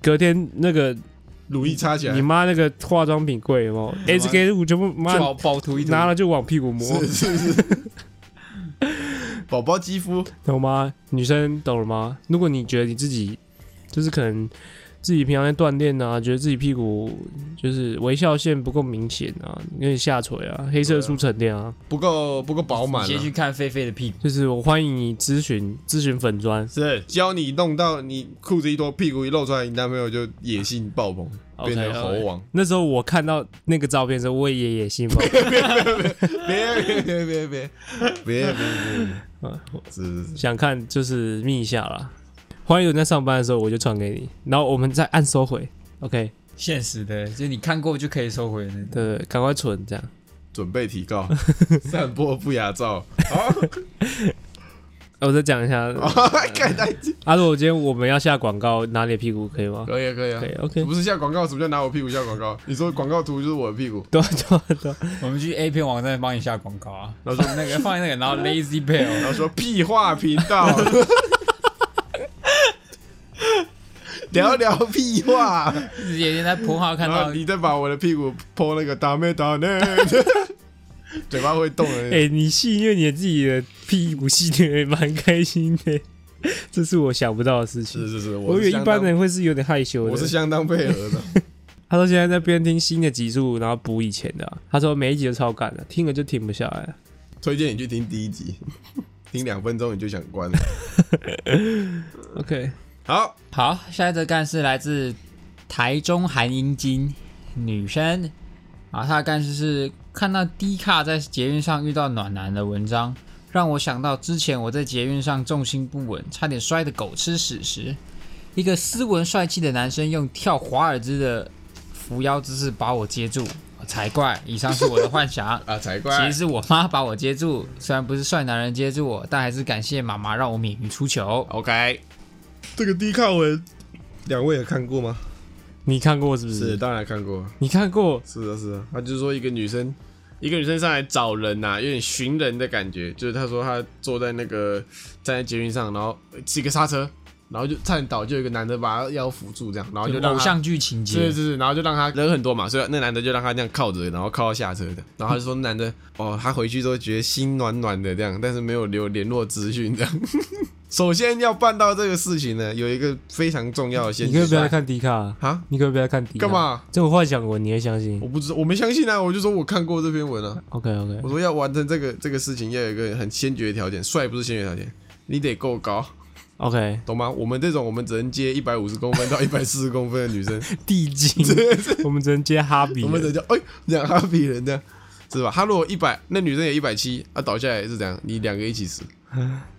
Speaker 3: 隔天那个
Speaker 2: 乳液擦起来
Speaker 3: 你，妈那个化妆品柜有没有？SK 五全部妈
Speaker 4: 就好暴突一突
Speaker 3: 拿了就往屁股摸，
Speaker 2: 是是是， 宝宝肌肤
Speaker 3: 懂吗？女生懂了吗？如果你觉得你自己就是可能自己平常在锻炼啊，觉得自己屁股就是微笑线不够明显啊，有点下垂啊，黑色素沉淀啊，
Speaker 2: 不够不够饱满、
Speaker 4: 先去
Speaker 2: 啊。
Speaker 4: 看狒狒的屁股，
Speaker 3: 就是我欢迎你咨询咨询粉砖。
Speaker 2: 是教你弄到你裤子一脱，屁股一露出来，你男朋友就野性爆棚，变
Speaker 3: OK，
Speaker 2: 成猴王。
Speaker 3: 那时候我看到那个照片的时候，我也野心爆，
Speaker 2: 别别别别别别别别！是是
Speaker 3: 想看就是密一下啦。欢迎有人在上班的时候，我就传给你，然后我们再按收回。OK，
Speaker 4: 现实的，就你看过就可以收回的。
Speaker 3: 对，赶快存这样。
Speaker 2: 准备提告，散播不雅照。好，
Speaker 3: 哦我再讲一下，
Speaker 2: 哦盖代机，
Speaker 3: 阿如果今天我们要下广告，拿你的屁股可 以吗？
Speaker 2: 可以啊可以啊
Speaker 3: 可以。，OK。
Speaker 2: 不是下广告，什么叫拿我屁股下广告？你说广告图就是我的屁股，
Speaker 3: 对啊对啊对啊，
Speaker 4: 我们去 A 片网站帮你下广告啊，然后说那个放在那个，然后 Lazy Bell，
Speaker 2: 然后说屁话频道，聊聊屁话，
Speaker 4: 自己也在普号看
Speaker 2: 然
Speaker 4: 到
Speaker 2: 后你再把我的屁股剖那个打妹打妹，嘴巴会动的。
Speaker 3: 哎、你戏虐你自己的屁股戏虐也蛮开心的， 这是我想不到的事情。
Speaker 2: 是是是，
Speaker 3: 我以为一般人会是有点害羞的。
Speaker 2: 我是相当配合的。
Speaker 3: 他说现在在边听新的集数，然后补以前的啊、他说每一集都超赶的，听了就停不下来了。
Speaker 2: 推荐你去听第一集，听两分钟你就想关了。
Speaker 3: OK，
Speaker 2: 好，
Speaker 4: 好，下一则干事来自台中韩英金女生啊，她的干事是看到 D 卡在捷运上遇到暖男的文章，让我想到之前我在捷运上重心不稳，差点摔得狗吃屎时，一个斯文帅气的男生用跳华尔兹的扶腰姿势把我接住，啊才怪！以上是我的幻想。
Speaker 2: 啊，才
Speaker 4: 其
Speaker 2: 怪
Speaker 4: 实！是我妈把我接住，虽然不是帅男人接住我，但还是感谢妈妈让我免于出糗。
Speaker 2: OK，这个低靠文，两位有看过吗？
Speaker 3: 你看过是不是？
Speaker 2: 是，当然看过。
Speaker 3: 你看过？
Speaker 2: 是啊，是啊，他就是说一个女生，一个女生上来找人呐、有点寻人的感觉。就是他说他坐在那个站在捷运上，然后呃是一个刹车，然后就差点倒，就有一个男的把他腰扶住，这样，然哦后就让
Speaker 4: 偶
Speaker 2: 他
Speaker 4: 像剧情节，
Speaker 2: 是是是，然后就让他人很多嘛，所以那男的就让他这样靠着，然后靠到下车的。然后他就说那男 的哦，他回去之后觉得心暖暖的这样，但是没有留联络资讯这样。 首先要办到这个事情呢，有一个非常重要的先
Speaker 3: 你可
Speaker 2: 决
Speaker 3: 以不要再看迪卡啊，
Speaker 2: 啊，
Speaker 3: 你可以不要再看迪卡。
Speaker 2: 干？嘛？
Speaker 3: 这我幻想文你会相信
Speaker 2: 我不知道，我没相信啊，我就说我看过这篇文啊，
Speaker 3: ？OK OK，
Speaker 2: 我说要完成这个这个事情，要有一个很先决的条件，帅不是先决条件，你得够高，
Speaker 3: OK，
Speaker 2: 懂吗？我们这种我们只能接一百五十公分到一百四十公分的女生，
Speaker 3: 地精， 我们只能接哈比
Speaker 2: 我们
Speaker 3: 了。
Speaker 2: 人叫哎，两哈比人这样，是吧？他如果一百，那女生也一百七，啊倒下来是怎样？你两个一起死，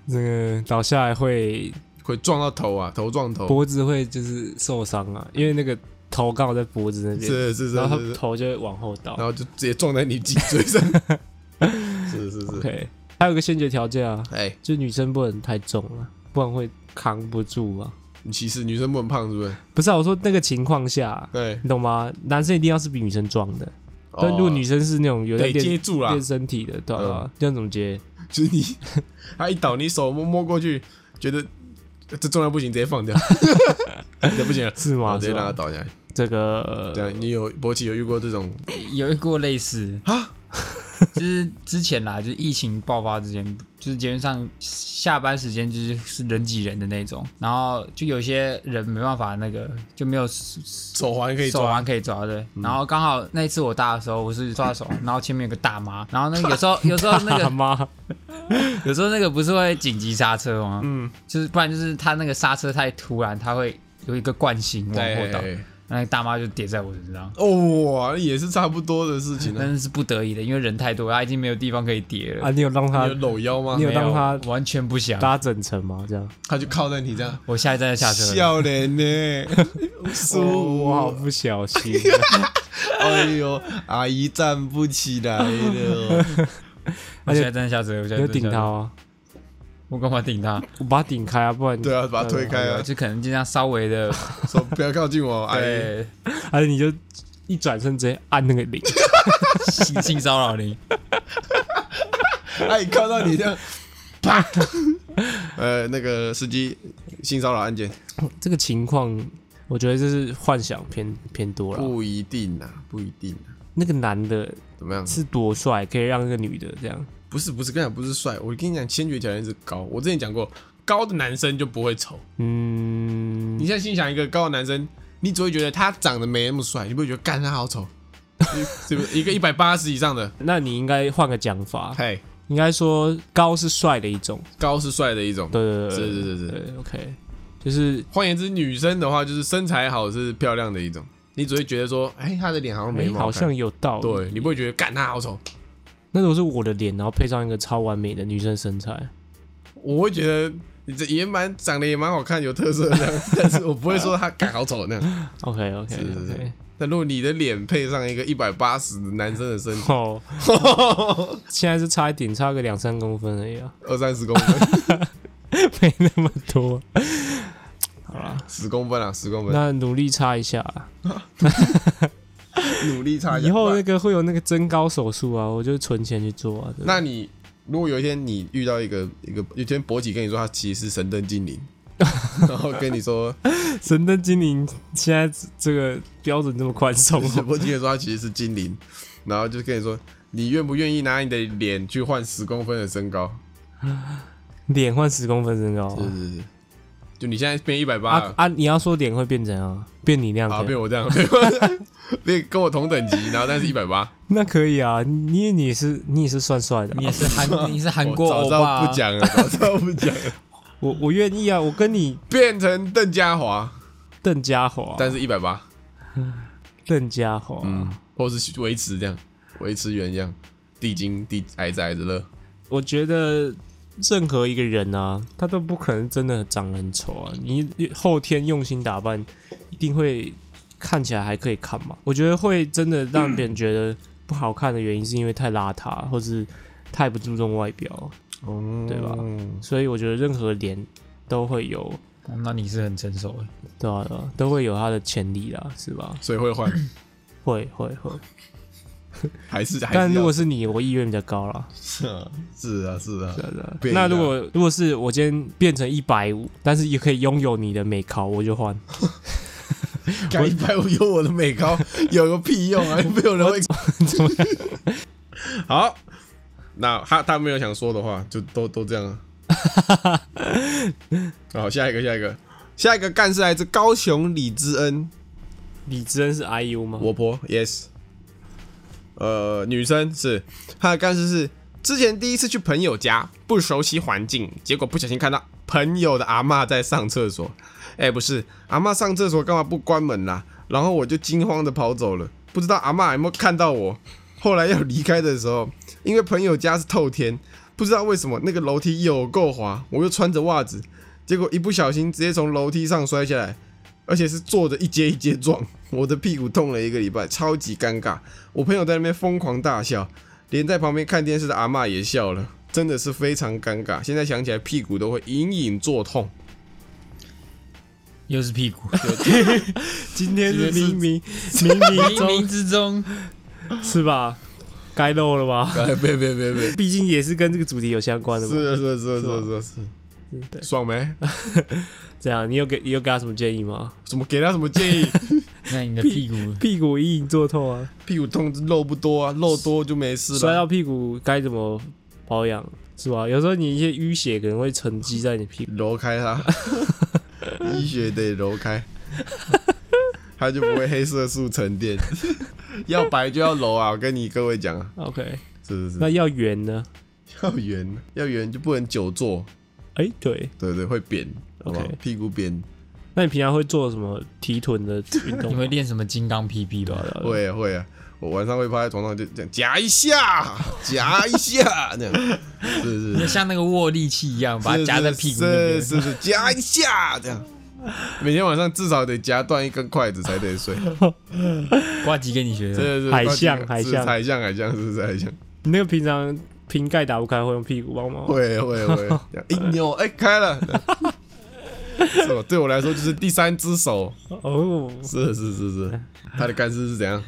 Speaker 3: 这个倒下来会
Speaker 2: 会撞到头啊，头撞头，
Speaker 3: 脖子会就是受伤啊，因为那个头刚好在脖子那边，
Speaker 2: 是是是
Speaker 3: 然后
Speaker 2: 是
Speaker 3: 他
Speaker 2: 是
Speaker 3: 头就会往后倒
Speaker 2: 然。后就直接撞在你颈椎上。 是是 是，
Speaker 3: OK，还有一个先决条件啊，
Speaker 2: 哎，
Speaker 3: 就女生不能太重啊，不然会扛不住啊。
Speaker 2: 你歧视女生不能胖是不是？
Speaker 3: 不是、啊，我说那个情况下啊，
Speaker 2: 对，
Speaker 3: 你懂吗？男生一定要是比女生壮的， 但如果女
Speaker 2: 哦
Speaker 3: 生是那种有在
Speaker 2: 得接
Speaker 3: 练
Speaker 2: 住啦
Speaker 3: 练，身体的，对吧、
Speaker 2: 嗯
Speaker 3: 这样怎么接？
Speaker 2: 就是你，他一倒，你手摸摸过去，觉得这重量不行，直接放掉，这不行了， 哦
Speaker 3: 是吗？
Speaker 2: 直接
Speaker 3: 是
Speaker 2: 让他
Speaker 3: 吗
Speaker 2: 倒下来。
Speaker 3: 这个呃
Speaker 2: 对啊，你有博奇有遇过这种
Speaker 4: 有遇过类似啊，就是之前啦，就是疫情爆发之前，就是街边上下班时间就是是人挤人的那种，然后就有些人没办法那个就没有
Speaker 2: 手环可以
Speaker 4: 手
Speaker 2: 抓
Speaker 4: 环可以抓的，然后刚好那一次我搭的时候，我是抓手环，然后前面有个大妈，然后那个有时候有时候
Speaker 3: 大
Speaker 4: 那个
Speaker 3: 妈，
Speaker 4: 有时候那个不是会紧急刹车吗？
Speaker 3: 嗯，
Speaker 4: 就是不然就是他那个刹车太突然，他会有一个惯性往
Speaker 2: 哎
Speaker 4: 后倒，
Speaker 2: 对
Speaker 4: 那个大妈就跌在我身上。
Speaker 2: 哦，哇，也是差不多的事情 啊。
Speaker 4: 但是是不得已的，因为人太多，他已经没有地方可以叠了。
Speaker 3: 啊，你有让
Speaker 2: 你
Speaker 3: 他
Speaker 2: 有搂腰吗
Speaker 3: 你？有
Speaker 4: 没有
Speaker 3: 让他
Speaker 4: 完全不想。
Speaker 3: 搭整层吗？这样，
Speaker 2: 他就靠在你这样，
Speaker 4: 我下一站就下车了，
Speaker 2: 笑脸呢，
Speaker 3: 哦我好
Speaker 2: 叔，
Speaker 3: 不 小心，
Speaker 2: 哎呦，阿姨站不起来 了。
Speaker 4: 我下一站就下车了，我下一
Speaker 3: 有
Speaker 4: 站就
Speaker 3: 顶
Speaker 4: 下车
Speaker 3: 他
Speaker 4: 了。
Speaker 3: 吗？
Speaker 4: 我干嘛顶他？
Speaker 3: 我把他顶开啊，不然
Speaker 2: 对啊，把他推开啊，
Speaker 4: 就可能就这样稍微的，
Speaker 2: 说不要靠近我，阿姨。
Speaker 4: 对，
Speaker 3: 而啊且你就一转身直接按那个铃，
Speaker 4: 性性骚扰 你。
Speaker 2: 阿姨看哎到你 这样，啪。呃，那个司机性骚扰案件
Speaker 3: 这个情况，我觉得就是幻想偏偏多了。
Speaker 2: 不一定啊，不一定啊，
Speaker 3: 那个男的
Speaker 2: 怎么样？
Speaker 3: 是多帅，可以让那个女的这样，
Speaker 2: 不是不是，跟你讲不是帅，我跟你讲，先决条件是高。我之前讲过，高的男生就不会丑。
Speaker 3: 嗯
Speaker 2: 你，现在心想一个高的男生，你只会觉得他长得没那么帅，你不会觉得干他好 丑，是不是？一个一百八十以上的，
Speaker 3: 那你应该换个讲法，
Speaker 2: 嘿，
Speaker 3: 应该说高是帅的一种，
Speaker 2: 高是帅的一种。
Speaker 3: 对对对
Speaker 2: 是是
Speaker 3: 对
Speaker 2: 是是。
Speaker 3: 对对，OK，就是
Speaker 2: 换言之，女生的话就是身材好是漂亮的一种，你只会觉得说，哎，她的脸好像没
Speaker 3: 哎，
Speaker 2: 毛
Speaker 3: 好
Speaker 2: 看，
Speaker 3: 像有道理。
Speaker 2: 对你不会觉得干他好丑，
Speaker 3: 那如果是我的脸，然后配上一个超完美的女生身材，
Speaker 2: 我会觉得。你这也蛮长得也蛮好看，有特色的这样， 但是我不会说他干好丑那样。
Speaker 3: OK OK
Speaker 2: 是是
Speaker 3: OK，
Speaker 2: 但如果你的脸配上一个一百八十的男生的 身体，
Speaker 3: 哦，现在是差一点，差个两三公分 而已啊，
Speaker 2: 二三十公分，
Speaker 3: 没那么多。好啦，
Speaker 2: 十公分啊，十公分，
Speaker 3: 那努力擦一下啊，
Speaker 2: 努力差一
Speaker 3: 以
Speaker 2: 下
Speaker 3: 后那个会有那个增高手术啊，我就存钱去做啊。对
Speaker 2: 那你如果有一天你遇到一个一个，有一天博吉跟你说他其实是神灯精灵，然后跟你说，
Speaker 3: 神灯精灵现在这个标准这么宽松啊
Speaker 2: 就是博吉跟你说他其实是精灵，然后就跟你说，你愿不愿意拿你的脸去换十公分的身高？
Speaker 3: 脸换十公分身高
Speaker 2: 是是是，就你现在变一百八
Speaker 3: 啊
Speaker 2: 了。
Speaker 3: 啊！你要说脸会变成啊，变你那样
Speaker 2: 啊！
Speaker 3: 子
Speaker 2: 变，我这样， 变跟我同等级，然后但是一百八，
Speaker 3: 那可以啊，你也你也是你也是算帅的啊、
Speaker 4: 你也是韩，你是韩国
Speaker 2: 哦我早
Speaker 4: 欧
Speaker 2: 知
Speaker 4: 巴
Speaker 2: 道
Speaker 4: 啊
Speaker 2: 不，讲了，早知道不讲了，
Speaker 3: 我我愿意啊，我跟你
Speaker 2: 变成邓家华，
Speaker 3: 邓家华，
Speaker 2: 但是一百八，
Speaker 3: 邓家啊华，
Speaker 2: 嗯，或是维持这样，维持原样，地精地矮子矮子乐，
Speaker 3: 我觉得任何一个人啊，他都不可能真的长得很丑啊。你后天用心打扮，一定会看起来还可以看嘛。我觉得会真的让别人觉得不好看的原因，是因为太邋遢，或是太不注重外表，
Speaker 2: 哦
Speaker 3: 对吧？所以我觉得任何脸都会有，
Speaker 4: 哦那你是很成熟的。
Speaker 3: 对啊，对啊都会有它的潜力啦，是吧？
Speaker 2: 所以会换，
Speaker 3: 会会会。
Speaker 2: 还是还是要
Speaker 3: 但如果是你，我意愿比较高啦。
Speaker 2: 是啊是啊是啊，变一
Speaker 3: 那
Speaker 2: 样
Speaker 3: 如果如果是我今天变成一百五，但是也可以拥有你的美考，我就换。
Speaker 2: 改一百五有我的美高 有个屁用 啊！没有人会
Speaker 3: 怎么
Speaker 2: 好。那他他没有想说的话，就都都这样啊。好，下一个下一个下一个干事来自高雄李知恩，
Speaker 3: 李知恩是 IU 吗？
Speaker 2: 我婆，yes。呃，女生是她的干事是之前第一次去朋友家，不熟悉环境，结果不小心看到朋友的阿嬷在上厕所。哎、不是，阿嬷上厕所干嘛不关门啦、然后我就惊慌的跑走了，不知道阿嬷有没有看到我。后来要离开的时候，因为朋友家是透天，不知道为什么那个楼梯有够滑，我又穿着袜子，结果一不小心直接从楼梯上摔下来，而且是坐着一阶一阶撞， 我的屁股痛了一个礼拜，超级尴尬。我朋友在那边疯狂大笑，连在旁边看电视的阿嬷也笑了，真的是非常尴尬。现在想起来，屁股都会隐隐作痛。
Speaker 4: 又是屁股，
Speaker 3: 今天是
Speaker 2: 今
Speaker 3: 明明 明明
Speaker 4: 冥
Speaker 3: 中
Speaker 4: 冥之中，
Speaker 3: 是吧？该漏了 吧？
Speaker 2: 哎， 别别别别，
Speaker 3: 毕竟也是跟这个主题有相关的嘛。
Speaker 2: 是是是是是是，
Speaker 3: 对，
Speaker 2: 爽没？
Speaker 3: 这样你有给你有给他什么建议吗？
Speaker 2: 怎么给他什么建议？
Speaker 4: 那你的屁股
Speaker 3: 屁股隐隐作痛啊，
Speaker 2: 屁股痛肉不多啊，肉多就没事
Speaker 3: 摔
Speaker 2: 了。
Speaker 3: 到屁股该怎么保养是吧？有时候你一些淤血可能会沉积在你屁股，
Speaker 2: 揉开它，医学得揉开，它就不会黑色素沉淀。 要白就要揉啊！我跟你各位讲啊，
Speaker 3: OK，
Speaker 2: 是是
Speaker 3: 那
Speaker 2: 是，
Speaker 3: 要圆呢？
Speaker 2: 要圆要圆就不能久坐，
Speaker 3: 哎、对，
Speaker 2: 对对，会扁，好不好
Speaker 3: OK
Speaker 2: 屁股扁，
Speaker 3: 那你平常会做什么提臀的运动
Speaker 4: 你
Speaker 3: 吗？
Speaker 4: 会练什么金刚 PP 吧？
Speaker 2: 会啊会啊。我晚上会趴在床上就这样夹一下， 夹一下，那样，是是
Speaker 4: 那像那个握力器一样，把它夹在屁股那边
Speaker 2: 是。是是夹一下这样。每天晚上至少得夹断一根筷子才得 睡，
Speaker 4: 瓜吉跟你学
Speaker 2: 真
Speaker 4: 的，
Speaker 2: 的是
Speaker 3: 海象
Speaker 2: 是
Speaker 3: 海象
Speaker 2: 海象海象是不是海象？
Speaker 3: 你那个平常瓶盖打不开会用屁股帮忙吗？
Speaker 2: 会会会， 这样一扭哎开了， 是吧？对我来说就是第三只手，
Speaker 3: 哦，
Speaker 2: 是是是是，他的干事是怎样？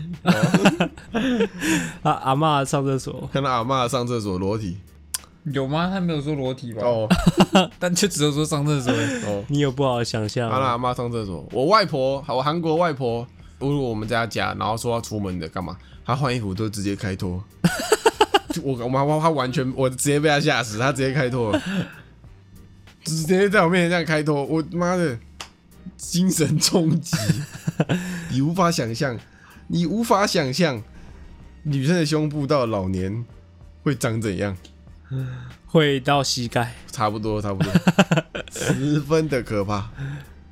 Speaker 3: 啊阿嬷上厕所，
Speaker 2: 看到阿嬷上厕所裸体
Speaker 4: 有吗？他没有说裸体吧？
Speaker 2: 哦
Speaker 4: 但却只有说上厕所。
Speaker 2: 哦，
Speaker 3: 你有不好的想象
Speaker 2: 阿拉
Speaker 3: 吗？
Speaker 2: 阿妈上厕所，我外婆，我韩国外婆侮辱我们家家，然后说要出门的干嘛？她换衣服都直接开脱， 就我我妈妈她完全，我直接被她吓死，她直接开脱，直接在我面前这样开脱，我妈的精神冲击， 你无法想象，你无法想象女生的胸部到老年会长怎样，
Speaker 3: 会到膝盖，
Speaker 2: 差不多差不 多，十分的可怕。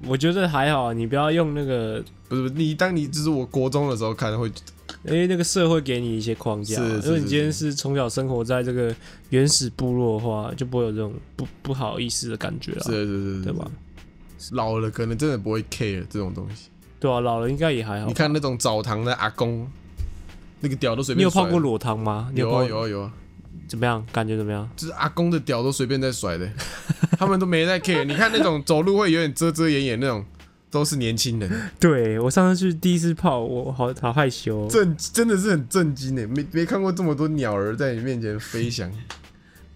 Speaker 3: 我觉得还好，啊你不要用那个，
Speaker 2: 不是不是，你当你就是我国中的时候看会
Speaker 3: 因为那个社会给你一些框架。
Speaker 2: 是是
Speaker 3: 如果你
Speaker 2: 是
Speaker 3: 今天是从小生活在这个原始部落的话，就不会有这种不不好意思的感觉了，
Speaker 2: 是是是，
Speaker 3: 啊对吧？？
Speaker 2: 老了可能真的不会 care 这种东西。
Speaker 3: 对啊，老了应该也还好
Speaker 2: 你。看那种澡堂的阿公，那个屌都随
Speaker 3: 你
Speaker 2: 便
Speaker 3: 有
Speaker 2: 甩
Speaker 3: 泡过？裸汤吗？你
Speaker 2: 有啊
Speaker 3: 泡过
Speaker 2: 有啊有啊，
Speaker 3: 怎么样？感觉怎么样？
Speaker 2: 就是阿公的屌都随便在甩的，他们都没在 care。你看那种走路会有点遮遮掩掩那种，都是年轻 人，
Speaker 3: 对我上次去第一次泡，我好好害羞哦。
Speaker 2: 震真的是很震惊的，没没看过这么多鸟儿在你面前飞翔，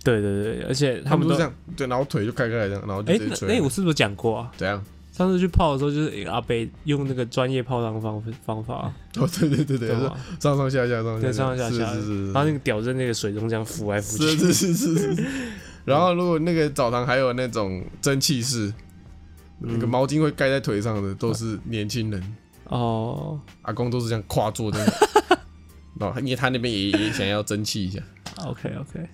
Speaker 3: 对对对，而且
Speaker 2: 他
Speaker 3: 他
Speaker 2: 们
Speaker 3: 们
Speaker 2: 都
Speaker 3: 都
Speaker 2: 这样，对，然后腿就开开来这样，然后就
Speaker 3: 哎
Speaker 2: 直接
Speaker 3: 那
Speaker 2: 吹了。
Speaker 3: 哎，我是不是讲过啊？
Speaker 2: 怎样？
Speaker 3: 上次去泡的时候，就是一个阿北用那个专业泡汤方方法，
Speaker 2: 哦，对对对对，
Speaker 3: 对啊
Speaker 2: 是
Speaker 3: 吧？
Speaker 2: 上上下下上
Speaker 3: 对，上
Speaker 2: 上
Speaker 3: 上下下，
Speaker 2: 是是是，
Speaker 3: 然后那个屌在那个水中这样浮来浮
Speaker 2: 是是
Speaker 3: 去，
Speaker 2: 是 是是 是。然后如果那个澡堂还有那种蒸汽室，那
Speaker 3: 嗯
Speaker 2: 个毛巾会盖在腿上的都是年轻人，
Speaker 3: 哦，
Speaker 2: 阿公都是这样跨坐 的。然后因为他那边也也想要蒸汽一下，
Speaker 3: OK OK，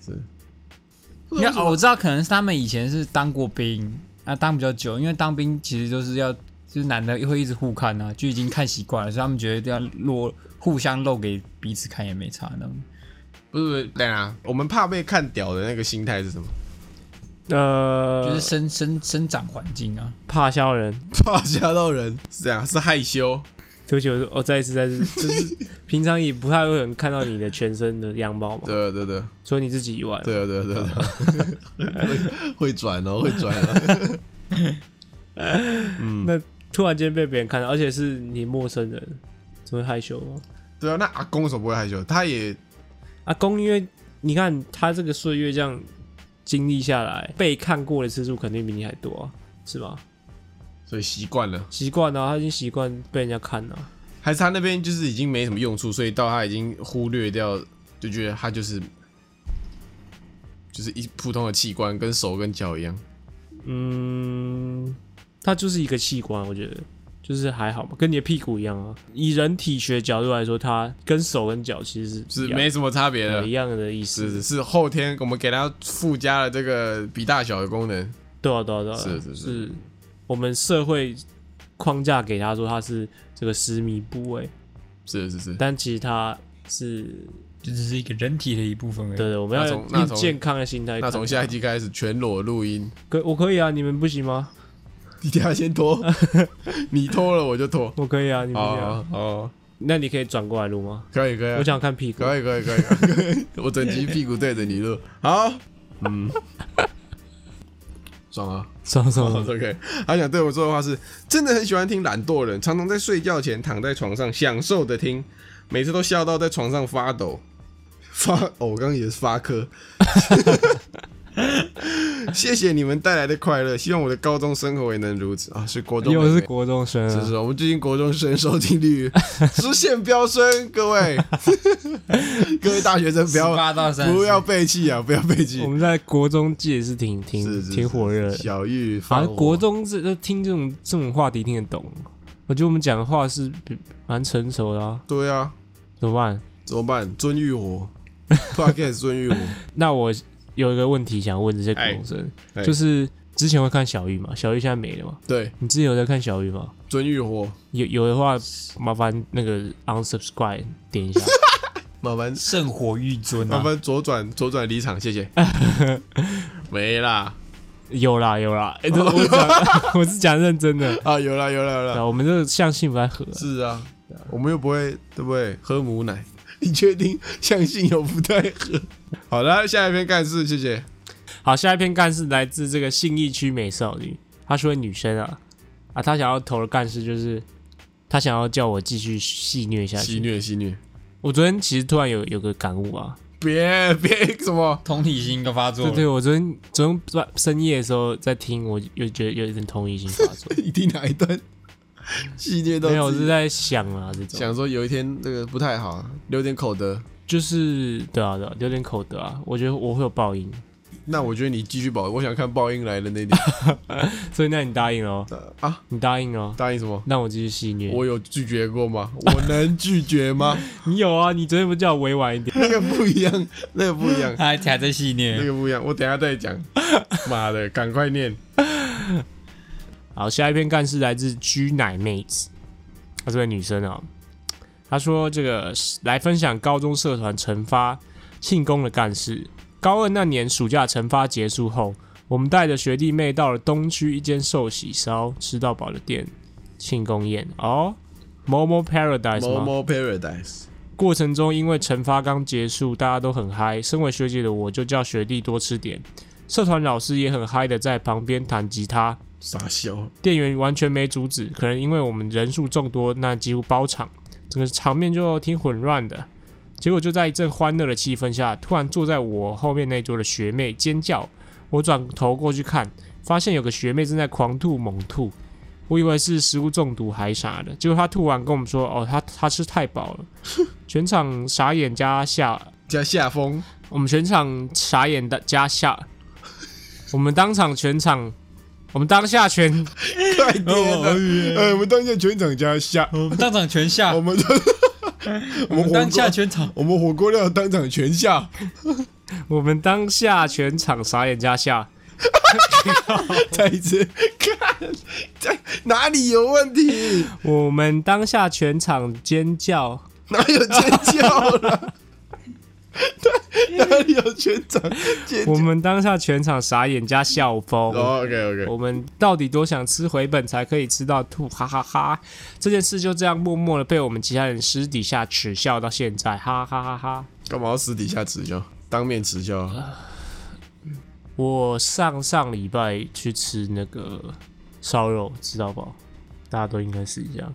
Speaker 4: 你看，哦我知道，可能是他们以前是当过兵，啊，当比较久，因为当兵其实就是要，就是男的会一直互看啊，就已经看习惯了，所以他们觉得要露互相露给彼此看也没差那种。
Speaker 2: 不是不是，对啊，我们怕被看屌的那个心态是什么？
Speaker 4: 就
Speaker 3: 呃
Speaker 4: 是，生生生长环境啊，
Speaker 3: 怕笑人，
Speaker 2: 怕吓到人，是这样，是害羞，
Speaker 3: 对不起，我我再一次再一次，就是 平常也不太会有人看到你的全身的样貌嘛，
Speaker 2: 对对对
Speaker 3: 除了你自己以外，
Speaker 2: 对对对 对，会会转哦，会转哦，
Speaker 3: 突然间被别人看到，而且是你陌生人，怎么会害羞吗？
Speaker 2: 对啊，那阿公为什么不会害羞？他也
Speaker 3: 阿啊公，因为你看他这个岁月这样经历下来，被看过的次数肯定比你还多、啊，是吧？
Speaker 2: 所以习惯了。
Speaker 3: 习惯了，他已经习惯被人家看了、
Speaker 2: 还是他那边就是已经没什么用处，所以到他已经忽略掉，就觉得他就是就是一普通的器官，跟手跟脚一样。
Speaker 3: 嗯，它就是一个器官，我觉得就是还好嘛，跟你的屁股一样啊。以人体学角度来说，它跟手跟脚其实
Speaker 2: 是
Speaker 3: 一样
Speaker 2: 没什么差别的
Speaker 3: 呃一，样的意思。
Speaker 2: 是是是后天我们给它附加了这个比大小的功能，
Speaker 3: 对啊，对啊，对啊，
Speaker 2: 是是是
Speaker 3: 是我们社会框架给他说它是这个私密部位，
Speaker 2: 是是是，
Speaker 3: 但其实它是
Speaker 4: 就只是一个人体的一部分而已。
Speaker 3: 对，对，我们要
Speaker 2: 那从那
Speaker 3: 用
Speaker 2: 从
Speaker 3: 健康的心态看它。
Speaker 2: 那从下一集开始全裸录音，
Speaker 3: 可我可以啊，你们不行吗？
Speaker 2: 你等一下先 脱，你脱了我就脱，
Speaker 3: 我可以啊，你们不行、
Speaker 2: 哦哦，
Speaker 3: 那你可以转过来录吗？
Speaker 2: 可以可以，啊
Speaker 3: 我想看屁股。
Speaker 2: 可以可以可以，可以 我整集屁股对着你录，好，嗯， 爽啊！
Speaker 3: 什么什么？
Speaker 2: OK，他想对我说的话是：真的很喜欢听懒惰人，常常在睡觉前躺在床上享受的听，每次都笑到在床上发抖。发，哦、我刚刚也是发科。 谢谢你们带来的快乐，希望我的高中生活也能如此啊！是国中妹妹，
Speaker 5: 又是国中生
Speaker 2: 是
Speaker 5: 啊，
Speaker 2: 是，我们最近国中生收听 率直线飙升，各位，各位大学生不
Speaker 4: 十
Speaker 2: 要
Speaker 4: 八到三
Speaker 2: 不要背弃啊，不要背弃
Speaker 3: 我，们在国中界是挺
Speaker 2: 是
Speaker 3: 挺
Speaker 2: 是
Speaker 3: 挺火热的。
Speaker 2: 小玉
Speaker 3: 反
Speaker 2: 放
Speaker 3: 正国
Speaker 2: 火
Speaker 3: 中这这听这种这种话题听得懂，我觉得我们讲的话是比蛮成熟的啊，
Speaker 2: 对啊，
Speaker 3: 怎么办？
Speaker 2: 怎么办？尊玉 火，Podcast 尊玉火，
Speaker 3: 那我有一个问题想问这些国中生，
Speaker 2: 哎哎
Speaker 3: 就是之前会看小玉嘛？小玉现在没了嘛？
Speaker 2: 对，
Speaker 3: 你之前有在看小玉吗？
Speaker 2: 尊玉火，
Speaker 3: 有有的话，麻烦那个 unsubscribe 点一下。
Speaker 2: 麻烦
Speaker 4: 圣火玉尊
Speaker 2: 麻
Speaker 4: 啊！
Speaker 2: 烦左转左转离场， 谢谢。没啦，
Speaker 3: 有啦有啦，哎、这我讲 我是讲认真的。
Speaker 2: 啊，有啦有啦有
Speaker 3: 对
Speaker 2: 啦，
Speaker 3: 啊，我们这个向幸福爱河、
Speaker 2: 是啊，我们又不会对不对？喝母奶， 你确定？相信有不太喝。好了，下一篇干事，谢谢。
Speaker 3: 好，下一篇干事来自这个信义区美少女，她说女生啊啊，她想要投的干事就是她想要叫我继续戏虐下
Speaker 2: 戏
Speaker 3: 去。
Speaker 2: 虐戏虐，
Speaker 3: 我昨天其实突然有有个感悟啊，
Speaker 2: 别别什么。
Speaker 4: 同体心都发作
Speaker 3: 对
Speaker 4: 了，
Speaker 3: 对，我昨天昨天晚深夜的时候在听，我又觉得有一点同意性发作
Speaker 2: 一定哪一段戏虐到
Speaker 3: 没有，我
Speaker 2: 自己
Speaker 3: 是在想啊，这种
Speaker 2: 想说有一天这个不太好，留点口德。
Speaker 3: 就是对啊对啊，有点口德啊，我觉得我会有报应，
Speaker 2: 那我觉得你继续保，我想看报应来的那 点
Speaker 3: 所以那你答应哦，
Speaker 2: 啊，
Speaker 3: 你答应哦，
Speaker 2: 答应什么？
Speaker 3: 让我继续戏虐。
Speaker 2: 我有拒绝过吗？我能拒绝吗？
Speaker 3: 你有啊，你昨天不叫我委婉一点？
Speaker 2: 那个不一样，那个不一样。
Speaker 4: 他哎还还在戏
Speaker 2: 那
Speaker 4: 虐。
Speaker 2: 个不一样，我等一下再讲。妈的，赶快念！
Speaker 3: 好，下一篇干事来自居奶妹子，她是位女生啊。她说这个来分享高中社团惩罚庆功的干事。高二那年暑假惩罚结束后，我们带着学弟妹到了东区一间寿喜烧吃到饱的店庆功宴哦。Momo Paradise 吗
Speaker 2: Momo Paradise，
Speaker 3: 过程中，因为惩罚刚结束，大家都很嗨。身为学姐的我，就叫学弟多吃点。社团老师也很嗨的在旁边弹吉他，
Speaker 2: 傻笑，
Speaker 3: 店员完全没阻止，可能因为我们人数众多，那几乎包场，整个场面就挺混乱的。结果就在一阵欢乐的气氛下，突然坐在我后面那桌的学妹尖叫，我转头过去看，发现有个学妹正在狂吐猛吐，我以为是食物中毒还啥的，结果她吐完跟我们说，哦，她她吃太饱了，全场傻眼加吓
Speaker 2: 加下风，
Speaker 3: 我们全场傻眼的加下，我们当场全场，我们当下全
Speaker 2: 快点啊！呃，我们当下全场加下，
Speaker 4: 我们当场全下
Speaker 2: 我，们我
Speaker 4: 我
Speaker 2: 们
Speaker 4: 们当下
Speaker 2: 火锅
Speaker 4: 全场
Speaker 2: 我们火锅料当场全下，
Speaker 3: 我们当下全场傻眼加下，
Speaker 2: 再一次看，在哪里有问题？
Speaker 3: 我们当下全场尖叫，
Speaker 2: 哪有尖叫了？哪哪里有全场尖叫哦
Speaker 3: 我们当下全场傻眼加笑疯。
Speaker 2: ？OK OK，
Speaker 3: 我们到底多想吃回本才可以吃到吐，哈哈哈这件事就这样默默的被我们其他人私底下耻笑到现在，哈哈哈哈！
Speaker 2: 干嘛要私底下耻笑？当面耻笑啊？
Speaker 3: 我上上礼拜去吃那个烧肉，知道吧？大家都应该试一下。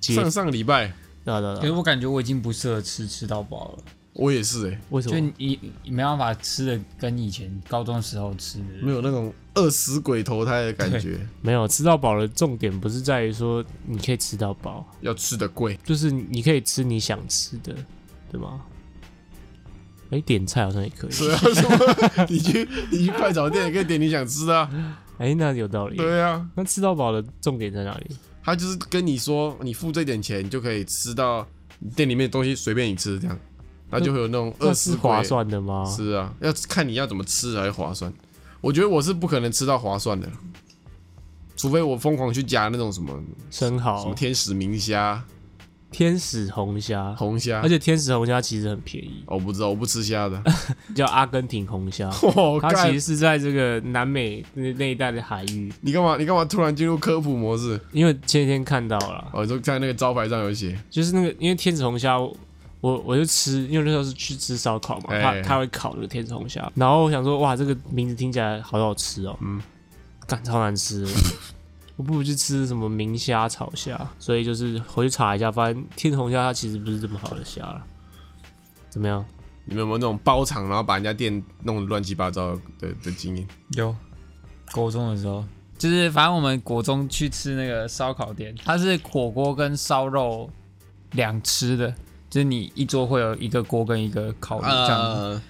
Speaker 3: 解
Speaker 2: 上上礼拜
Speaker 3: 对啊对啊
Speaker 4: 可
Speaker 3: 对
Speaker 4: 是
Speaker 3: 啊，
Speaker 4: 我感觉我已经不适合吃吃到饱了，
Speaker 2: 我也是哎、
Speaker 3: 为什
Speaker 4: 就
Speaker 3: 么？
Speaker 4: 你你没办法吃的跟以前高中时候吃
Speaker 2: 没
Speaker 4: 的，
Speaker 2: 有那种饿死鬼投胎的感 觉，
Speaker 3: 没有吃到饱的重点不是在于说你可以吃到饱，
Speaker 2: 要吃的 贵。
Speaker 3: 就是你可以吃你想吃的，对吗？哎、点菜好像也可以。
Speaker 2: 对啊，什么？你去你去快炒店也可以点你想吃的、啊。
Speaker 3: 哎、那有道理。
Speaker 2: 对啊，
Speaker 3: 那吃到饱的重点在哪里？
Speaker 2: 他就是跟你说，你付这点钱你就可以吃到店里面的东西，随便你吃这样，那就会有那种
Speaker 3: 那
Speaker 2: 饿
Speaker 3: 是
Speaker 2: 死
Speaker 3: 划
Speaker 2: 鬼。
Speaker 3: 算的吗？
Speaker 2: 是啊，要看你要怎么吃才划算。我觉得我是不可能吃到划算的，除非我疯狂去加那种什么
Speaker 3: 生
Speaker 2: 什么
Speaker 3: 蚝、
Speaker 2: 天使明虾、
Speaker 3: 天使红虾，
Speaker 2: 红虾
Speaker 3: 而。且天使红虾其实很便宜，
Speaker 2: 哦我不知道，我不吃虾 的。
Speaker 3: 叫阿根廷红虾。
Speaker 2: 我
Speaker 3: 它哦其
Speaker 2: 干
Speaker 3: 实，是在这个南美那那一带的海域，
Speaker 2: 你干嘛？你干嘛突然进入科普模式？
Speaker 3: 因为前几天看到了，
Speaker 2: 哦，你说在那个招牌上有写，
Speaker 3: 就是那个因为天使红虾，我我我就吃，因为那时候是去吃烧烤嘛，
Speaker 2: 哎
Speaker 3: 他他会烤那个天使红虾，然后我想说哇，这个名字听起来好好吃哦，嗯，干超难 吃的，我不如去吃什么明虾炒虾，所以就是回去查一下，发现天使红虾它其实不是这么好的虾了，怎么样？
Speaker 2: 你们有没有那种包场，然后把人家店弄得乱七八糟的的经验？
Speaker 4: 有国中的时候，就是反正我们国中去吃那个烧烤店，它是火锅跟烧肉两吃的，就是你一桌会有一个锅跟一个烤炉这样子。
Speaker 2: 呃，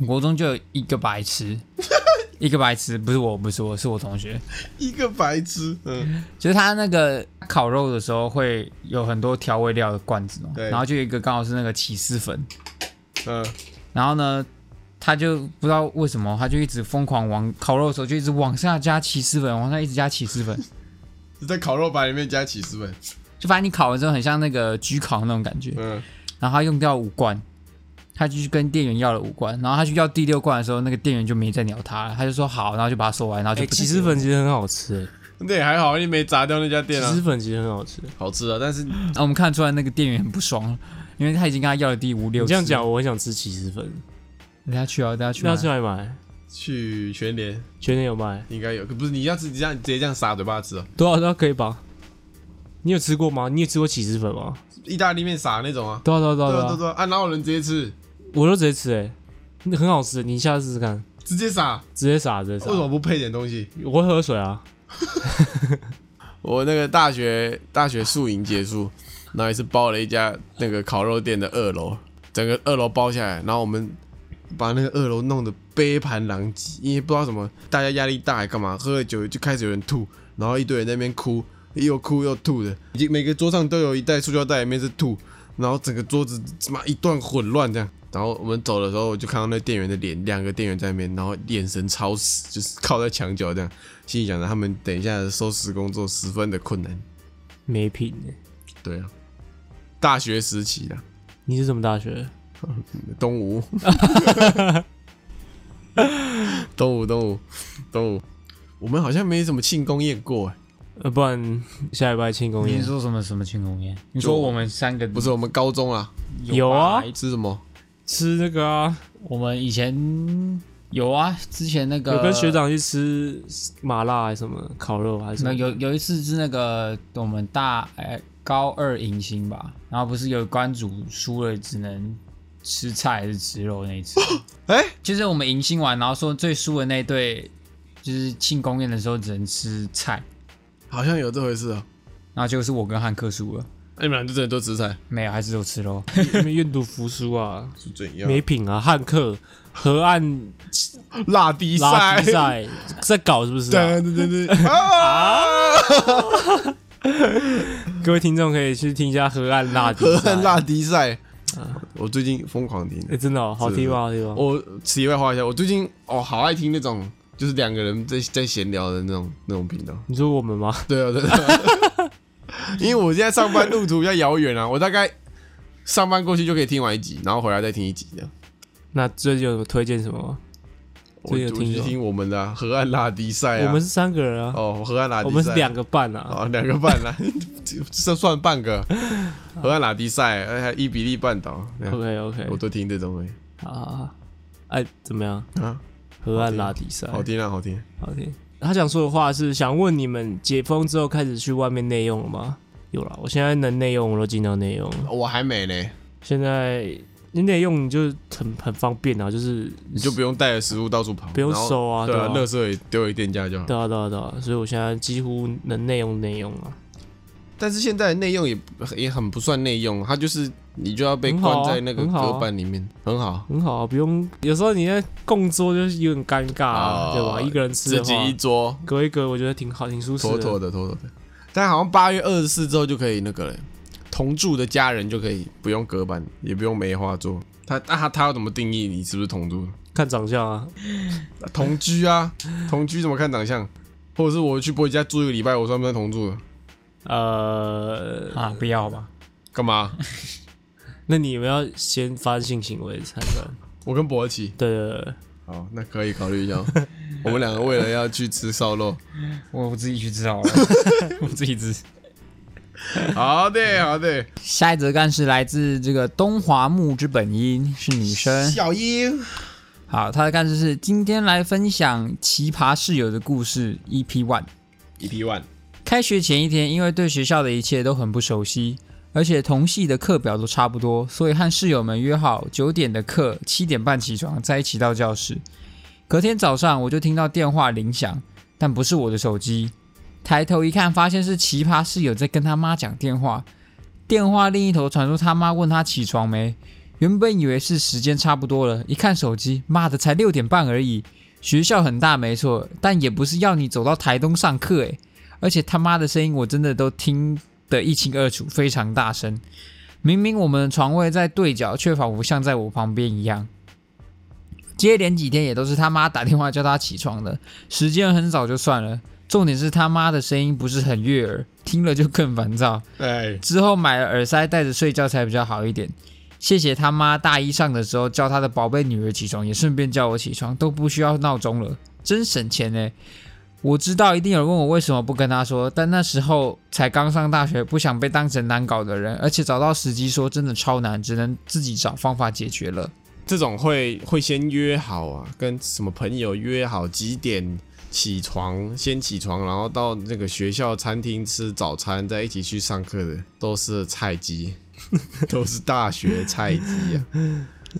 Speaker 4: 我国中就有一个白痴， 一个白痴，不是我，不是我，是我同学。
Speaker 2: 一个白痴，嗯，
Speaker 4: 就是他那个烤肉的时候会有很多调味料的罐子嘛，
Speaker 2: 对
Speaker 4: 然后就有一个刚好是那个起司粉，
Speaker 2: 呃，
Speaker 4: 然后呢，他就不知道为什么，他就一直疯狂往烤肉的时候就一直往下加起司粉，往上一直加起司粉，
Speaker 2: 你在烤肉板里面加起司 粉，
Speaker 4: 就反正你烤完之后很像那个焗烤那种感觉。
Speaker 2: 嗯，
Speaker 4: 然后他用掉五罐，他就去跟店员要了五罐，然后他去要第六罐的时候，那个店员就没再鸟他了，他就说好，然后就把它收完，然后就
Speaker 3: 哎，
Speaker 4: 不
Speaker 3: 起司粉其实很好吃，
Speaker 2: 那也还好，你没砸掉那家
Speaker 3: 哎，
Speaker 2: 店
Speaker 3: 起
Speaker 2: 啊
Speaker 3: 司，粉其实很好吃。
Speaker 2: 好吃啊，但是
Speaker 4: 啊，我们看得出来那个店员很不爽，因为他已经跟他要了第五六
Speaker 3: 你
Speaker 4: 次。
Speaker 3: 这样讲，，我很想吃起司粉，
Speaker 4: 等下去啊，等下去
Speaker 3: 那
Speaker 4: 啊
Speaker 3: 要。去哪里买？
Speaker 2: 去全联
Speaker 3: 全年有卖，
Speaker 2: 应该有，可不是你要自己这样直接这样撒嘴巴吃哦，
Speaker 3: 多少多啊少可以吧？你有吃过吗？你有吃过起司粉吗？
Speaker 2: 意大利面撒那种啊，
Speaker 3: 多少多少
Speaker 2: 对
Speaker 3: 多
Speaker 2: 啊对
Speaker 3: 少
Speaker 2: 啊，对啊，啊哪有人直接吃，
Speaker 3: 我都直接吃哎，那很好吃，你下次试试看，
Speaker 2: 直接撒，
Speaker 3: 直接撒直接
Speaker 2: 为
Speaker 3: 撒
Speaker 2: 什。么不配点东西？
Speaker 3: 我会喝水啊，
Speaker 2: 我那个大学大学宿营结束，然后也是包了一家那个烤肉店的二楼，整个二楼包下来，然后我们把那个二楼弄得杯盘狼藉，因为不知道什么，大家压力大还干嘛，喝了酒就开始有人吐，然后一堆人在那边哭，又哭又吐的，已经每个桌上都有一袋塑胶袋，里面是吐，然后整个桌子他妈一段混乱这样。然后我们走的时候，我就看到那店员的脸，两个店员在那边，然后眼神超死，就是靠在墙角这样。心里想着他们等一下的收拾工作十分的困难。
Speaker 3: 没品哎。
Speaker 2: 对啊，大学时期啊，
Speaker 3: 你是什么大学？
Speaker 2: 东吴， 东吴，东吴，东吴，我们好像没什么庆功宴过哎，
Speaker 3: 呃，不然下礼拜庆功
Speaker 4: 你
Speaker 3: 宴
Speaker 4: 说什么什么庆功宴？你说我们三个
Speaker 2: 不是我们高中啊，
Speaker 3: 有啊
Speaker 4: 吧
Speaker 2: 吃什么？
Speaker 3: 吃那个啊，
Speaker 4: 我们以前有啊，之前那
Speaker 2: 呃
Speaker 4: 个
Speaker 3: 有跟学长去吃麻辣还是什么烤肉还是什
Speaker 4: 那
Speaker 3: 么？
Speaker 4: 有有一次是那个我们大哎、高二迎新吧，然后不是有关主输了只能吃菜还是吃肉那 一次，
Speaker 2: 哎，
Speaker 4: 就是我们迎新完，然后说最输的那一队就是庆功宴的时候只能吃菜，
Speaker 2: 好像有这回事啊。哎
Speaker 4: 然后结果是我跟汉克输了，
Speaker 2: 那你们俩就真的都吃菜，
Speaker 4: 没有还是有 吃肉，
Speaker 3: 你们愿赌服输啊，
Speaker 2: 是怎
Speaker 3: 没品啊，汉克河岸
Speaker 2: 拉低
Speaker 3: 拉
Speaker 2: 赛
Speaker 3: 低，赛在搞是不是、啊？
Speaker 2: 对对对 对， 啊，
Speaker 3: 各位听众可以去听一下河岸拉低
Speaker 2: 河
Speaker 3: 赛
Speaker 2: 岸，拉低赛，
Speaker 3: 啊
Speaker 2: 我最近疯狂听。
Speaker 3: 哎、真的、哦、好听吗？好听吗？
Speaker 2: 我此外话一下，我最近哦好爱听那种就是两个人在在闲聊的那种那种频道。
Speaker 3: 你说我们吗？
Speaker 2: 对啊，对啊。 因为我现在上班路途比较遥远啊，我大概上班过去就可以听完一集，然后回来再听一集这样。
Speaker 3: 那最近有什么推荐什么吗？
Speaker 2: 我
Speaker 3: 这
Speaker 2: 我
Speaker 3: 个听
Speaker 2: 就
Speaker 3: 过
Speaker 2: 听我们的啊、河岸拉迪赛啊，
Speaker 3: 我们是三个人啊，
Speaker 2: 哦河岸拉迪赛，
Speaker 3: 我们是两个半啊。
Speaker 2: 哦两个半 啦、这算半个河岸拉迪赛，还有伊比利半岛，这 样
Speaker 3: OK OK，
Speaker 2: 我都听这种哎、
Speaker 3: 好好好，哎，怎么样？
Speaker 2: 啊，
Speaker 3: 河岸拉低赛，
Speaker 2: 好听啊，好听。
Speaker 3: 好听。他想说的话是想问你们，解封之后开始去外面内用了吗？有了，我现在能内用我都尽量内用了。
Speaker 2: 我还没呢，
Speaker 3: 现在你内用你就很很方便啊，就是
Speaker 2: 你就不用带着食物到处跑，
Speaker 3: 不用
Speaker 2: 然后
Speaker 3: 收啊
Speaker 2: 对
Speaker 3: 对
Speaker 2: 啊，
Speaker 3: 啊
Speaker 2: 垃圾也丢给店家就好。
Speaker 3: 对啊对啊对啊，所以我现在几乎能内用内用啊。
Speaker 2: 但是现在的内用也也很不算内用，它就是你就要被
Speaker 3: 很好
Speaker 2: 关
Speaker 3: 啊
Speaker 2: 在那个
Speaker 3: 很好啊
Speaker 2: 隔板里面，很好，
Speaker 3: 很好啊，不用。有时候你在共桌就是有点尴尬、
Speaker 2: 哦
Speaker 3: 啊，对吧？一个人吃
Speaker 2: 自
Speaker 3: 的
Speaker 2: 己
Speaker 3: 话
Speaker 2: 一，桌，
Speaker 3: 隔一隔，我觉得挺好，挺舒适
Speaker 2: 妥
Speaker 3: 的。
Speaker 2: 妥的，妥妥的。但好像八月二十四之后就可以那个了，同住的家人就可以不用隔板，也不用梅花座。他那他他要怎么定义你是不是同住？
Speaker 3: 看长相啊，
Speaker 2: 同居 啊，同居怎么看长相？或者是我去伯姐家住一个礼拜，我算不算同住了？
Speaker 3: 呃，
Speaker 4: 啊不要吧，
Speaker 2: 干嘛？
Speaker 3: 那你们要先发生性行为才能。
Speaker 2: 我跟伯奇，
Speaker 3: 对对对对，
Speaker 2: 好，那可以考虑一 下哦。我们两个为了要去吃烧肉，
Speaker 4: 我我自己去 吃好了，我自己吃。
Speaker 2: 好的，好的。
Speaker 4: 下一则干是来自这个东华木之本音，是女生。
Speaker 2: 小英，
Speaker 4: 好，她的干事是今天来分享奇葩室友的故事 EP One。
Speaker 2: EP One，
Speaker 4: 开学前一天，因为对学校的一切都很不熟悉，而且同系的课表都差不多，所以和室友们约好九点的课，七点半起床，再一起到教室。隔天早上，我就听到电话铃响，但不是我的手机。抬头一看，发现是奇葩室友在跟他妈讲电话，电话另一头传出他妈问他起床没。原本以为是时间差不多了，一看手机，妈的，才六点半而已。学校很大没错，但也不是要你走到台东上课诶。而且他妈的声音我真的都听得一清二楚，非常大声。明明我们的床位在对角，却仿佛像在我旁边一样。接连几天也都是他妈打电话叫他起床的，时间很早就算了，重点是他妈的声音不是很悦耳，听了就更烦躁。
Speaker 2: 哎，
Speaker 4: 之后买了耳塞戴着睡觉才比较好一点。谢谢他妈大一上的时候叫他的宝贝女儿起床，也顺便叫我起床，都不需要闹钟了，真省钱呢。我知道一定有人问我为什么不跟他说，但那时候才刚上大学，不想被当成难搞的人，而且找到时机说真的超难，只能自己找方法解决了。
Speaker 2: 这种会会先约好啊，跟什么朋友约好几点起床，先起床，然后到那个学校餐厅吃早餐，再一起去上课的，都是菜鸡， 都是大学菜鸡啊。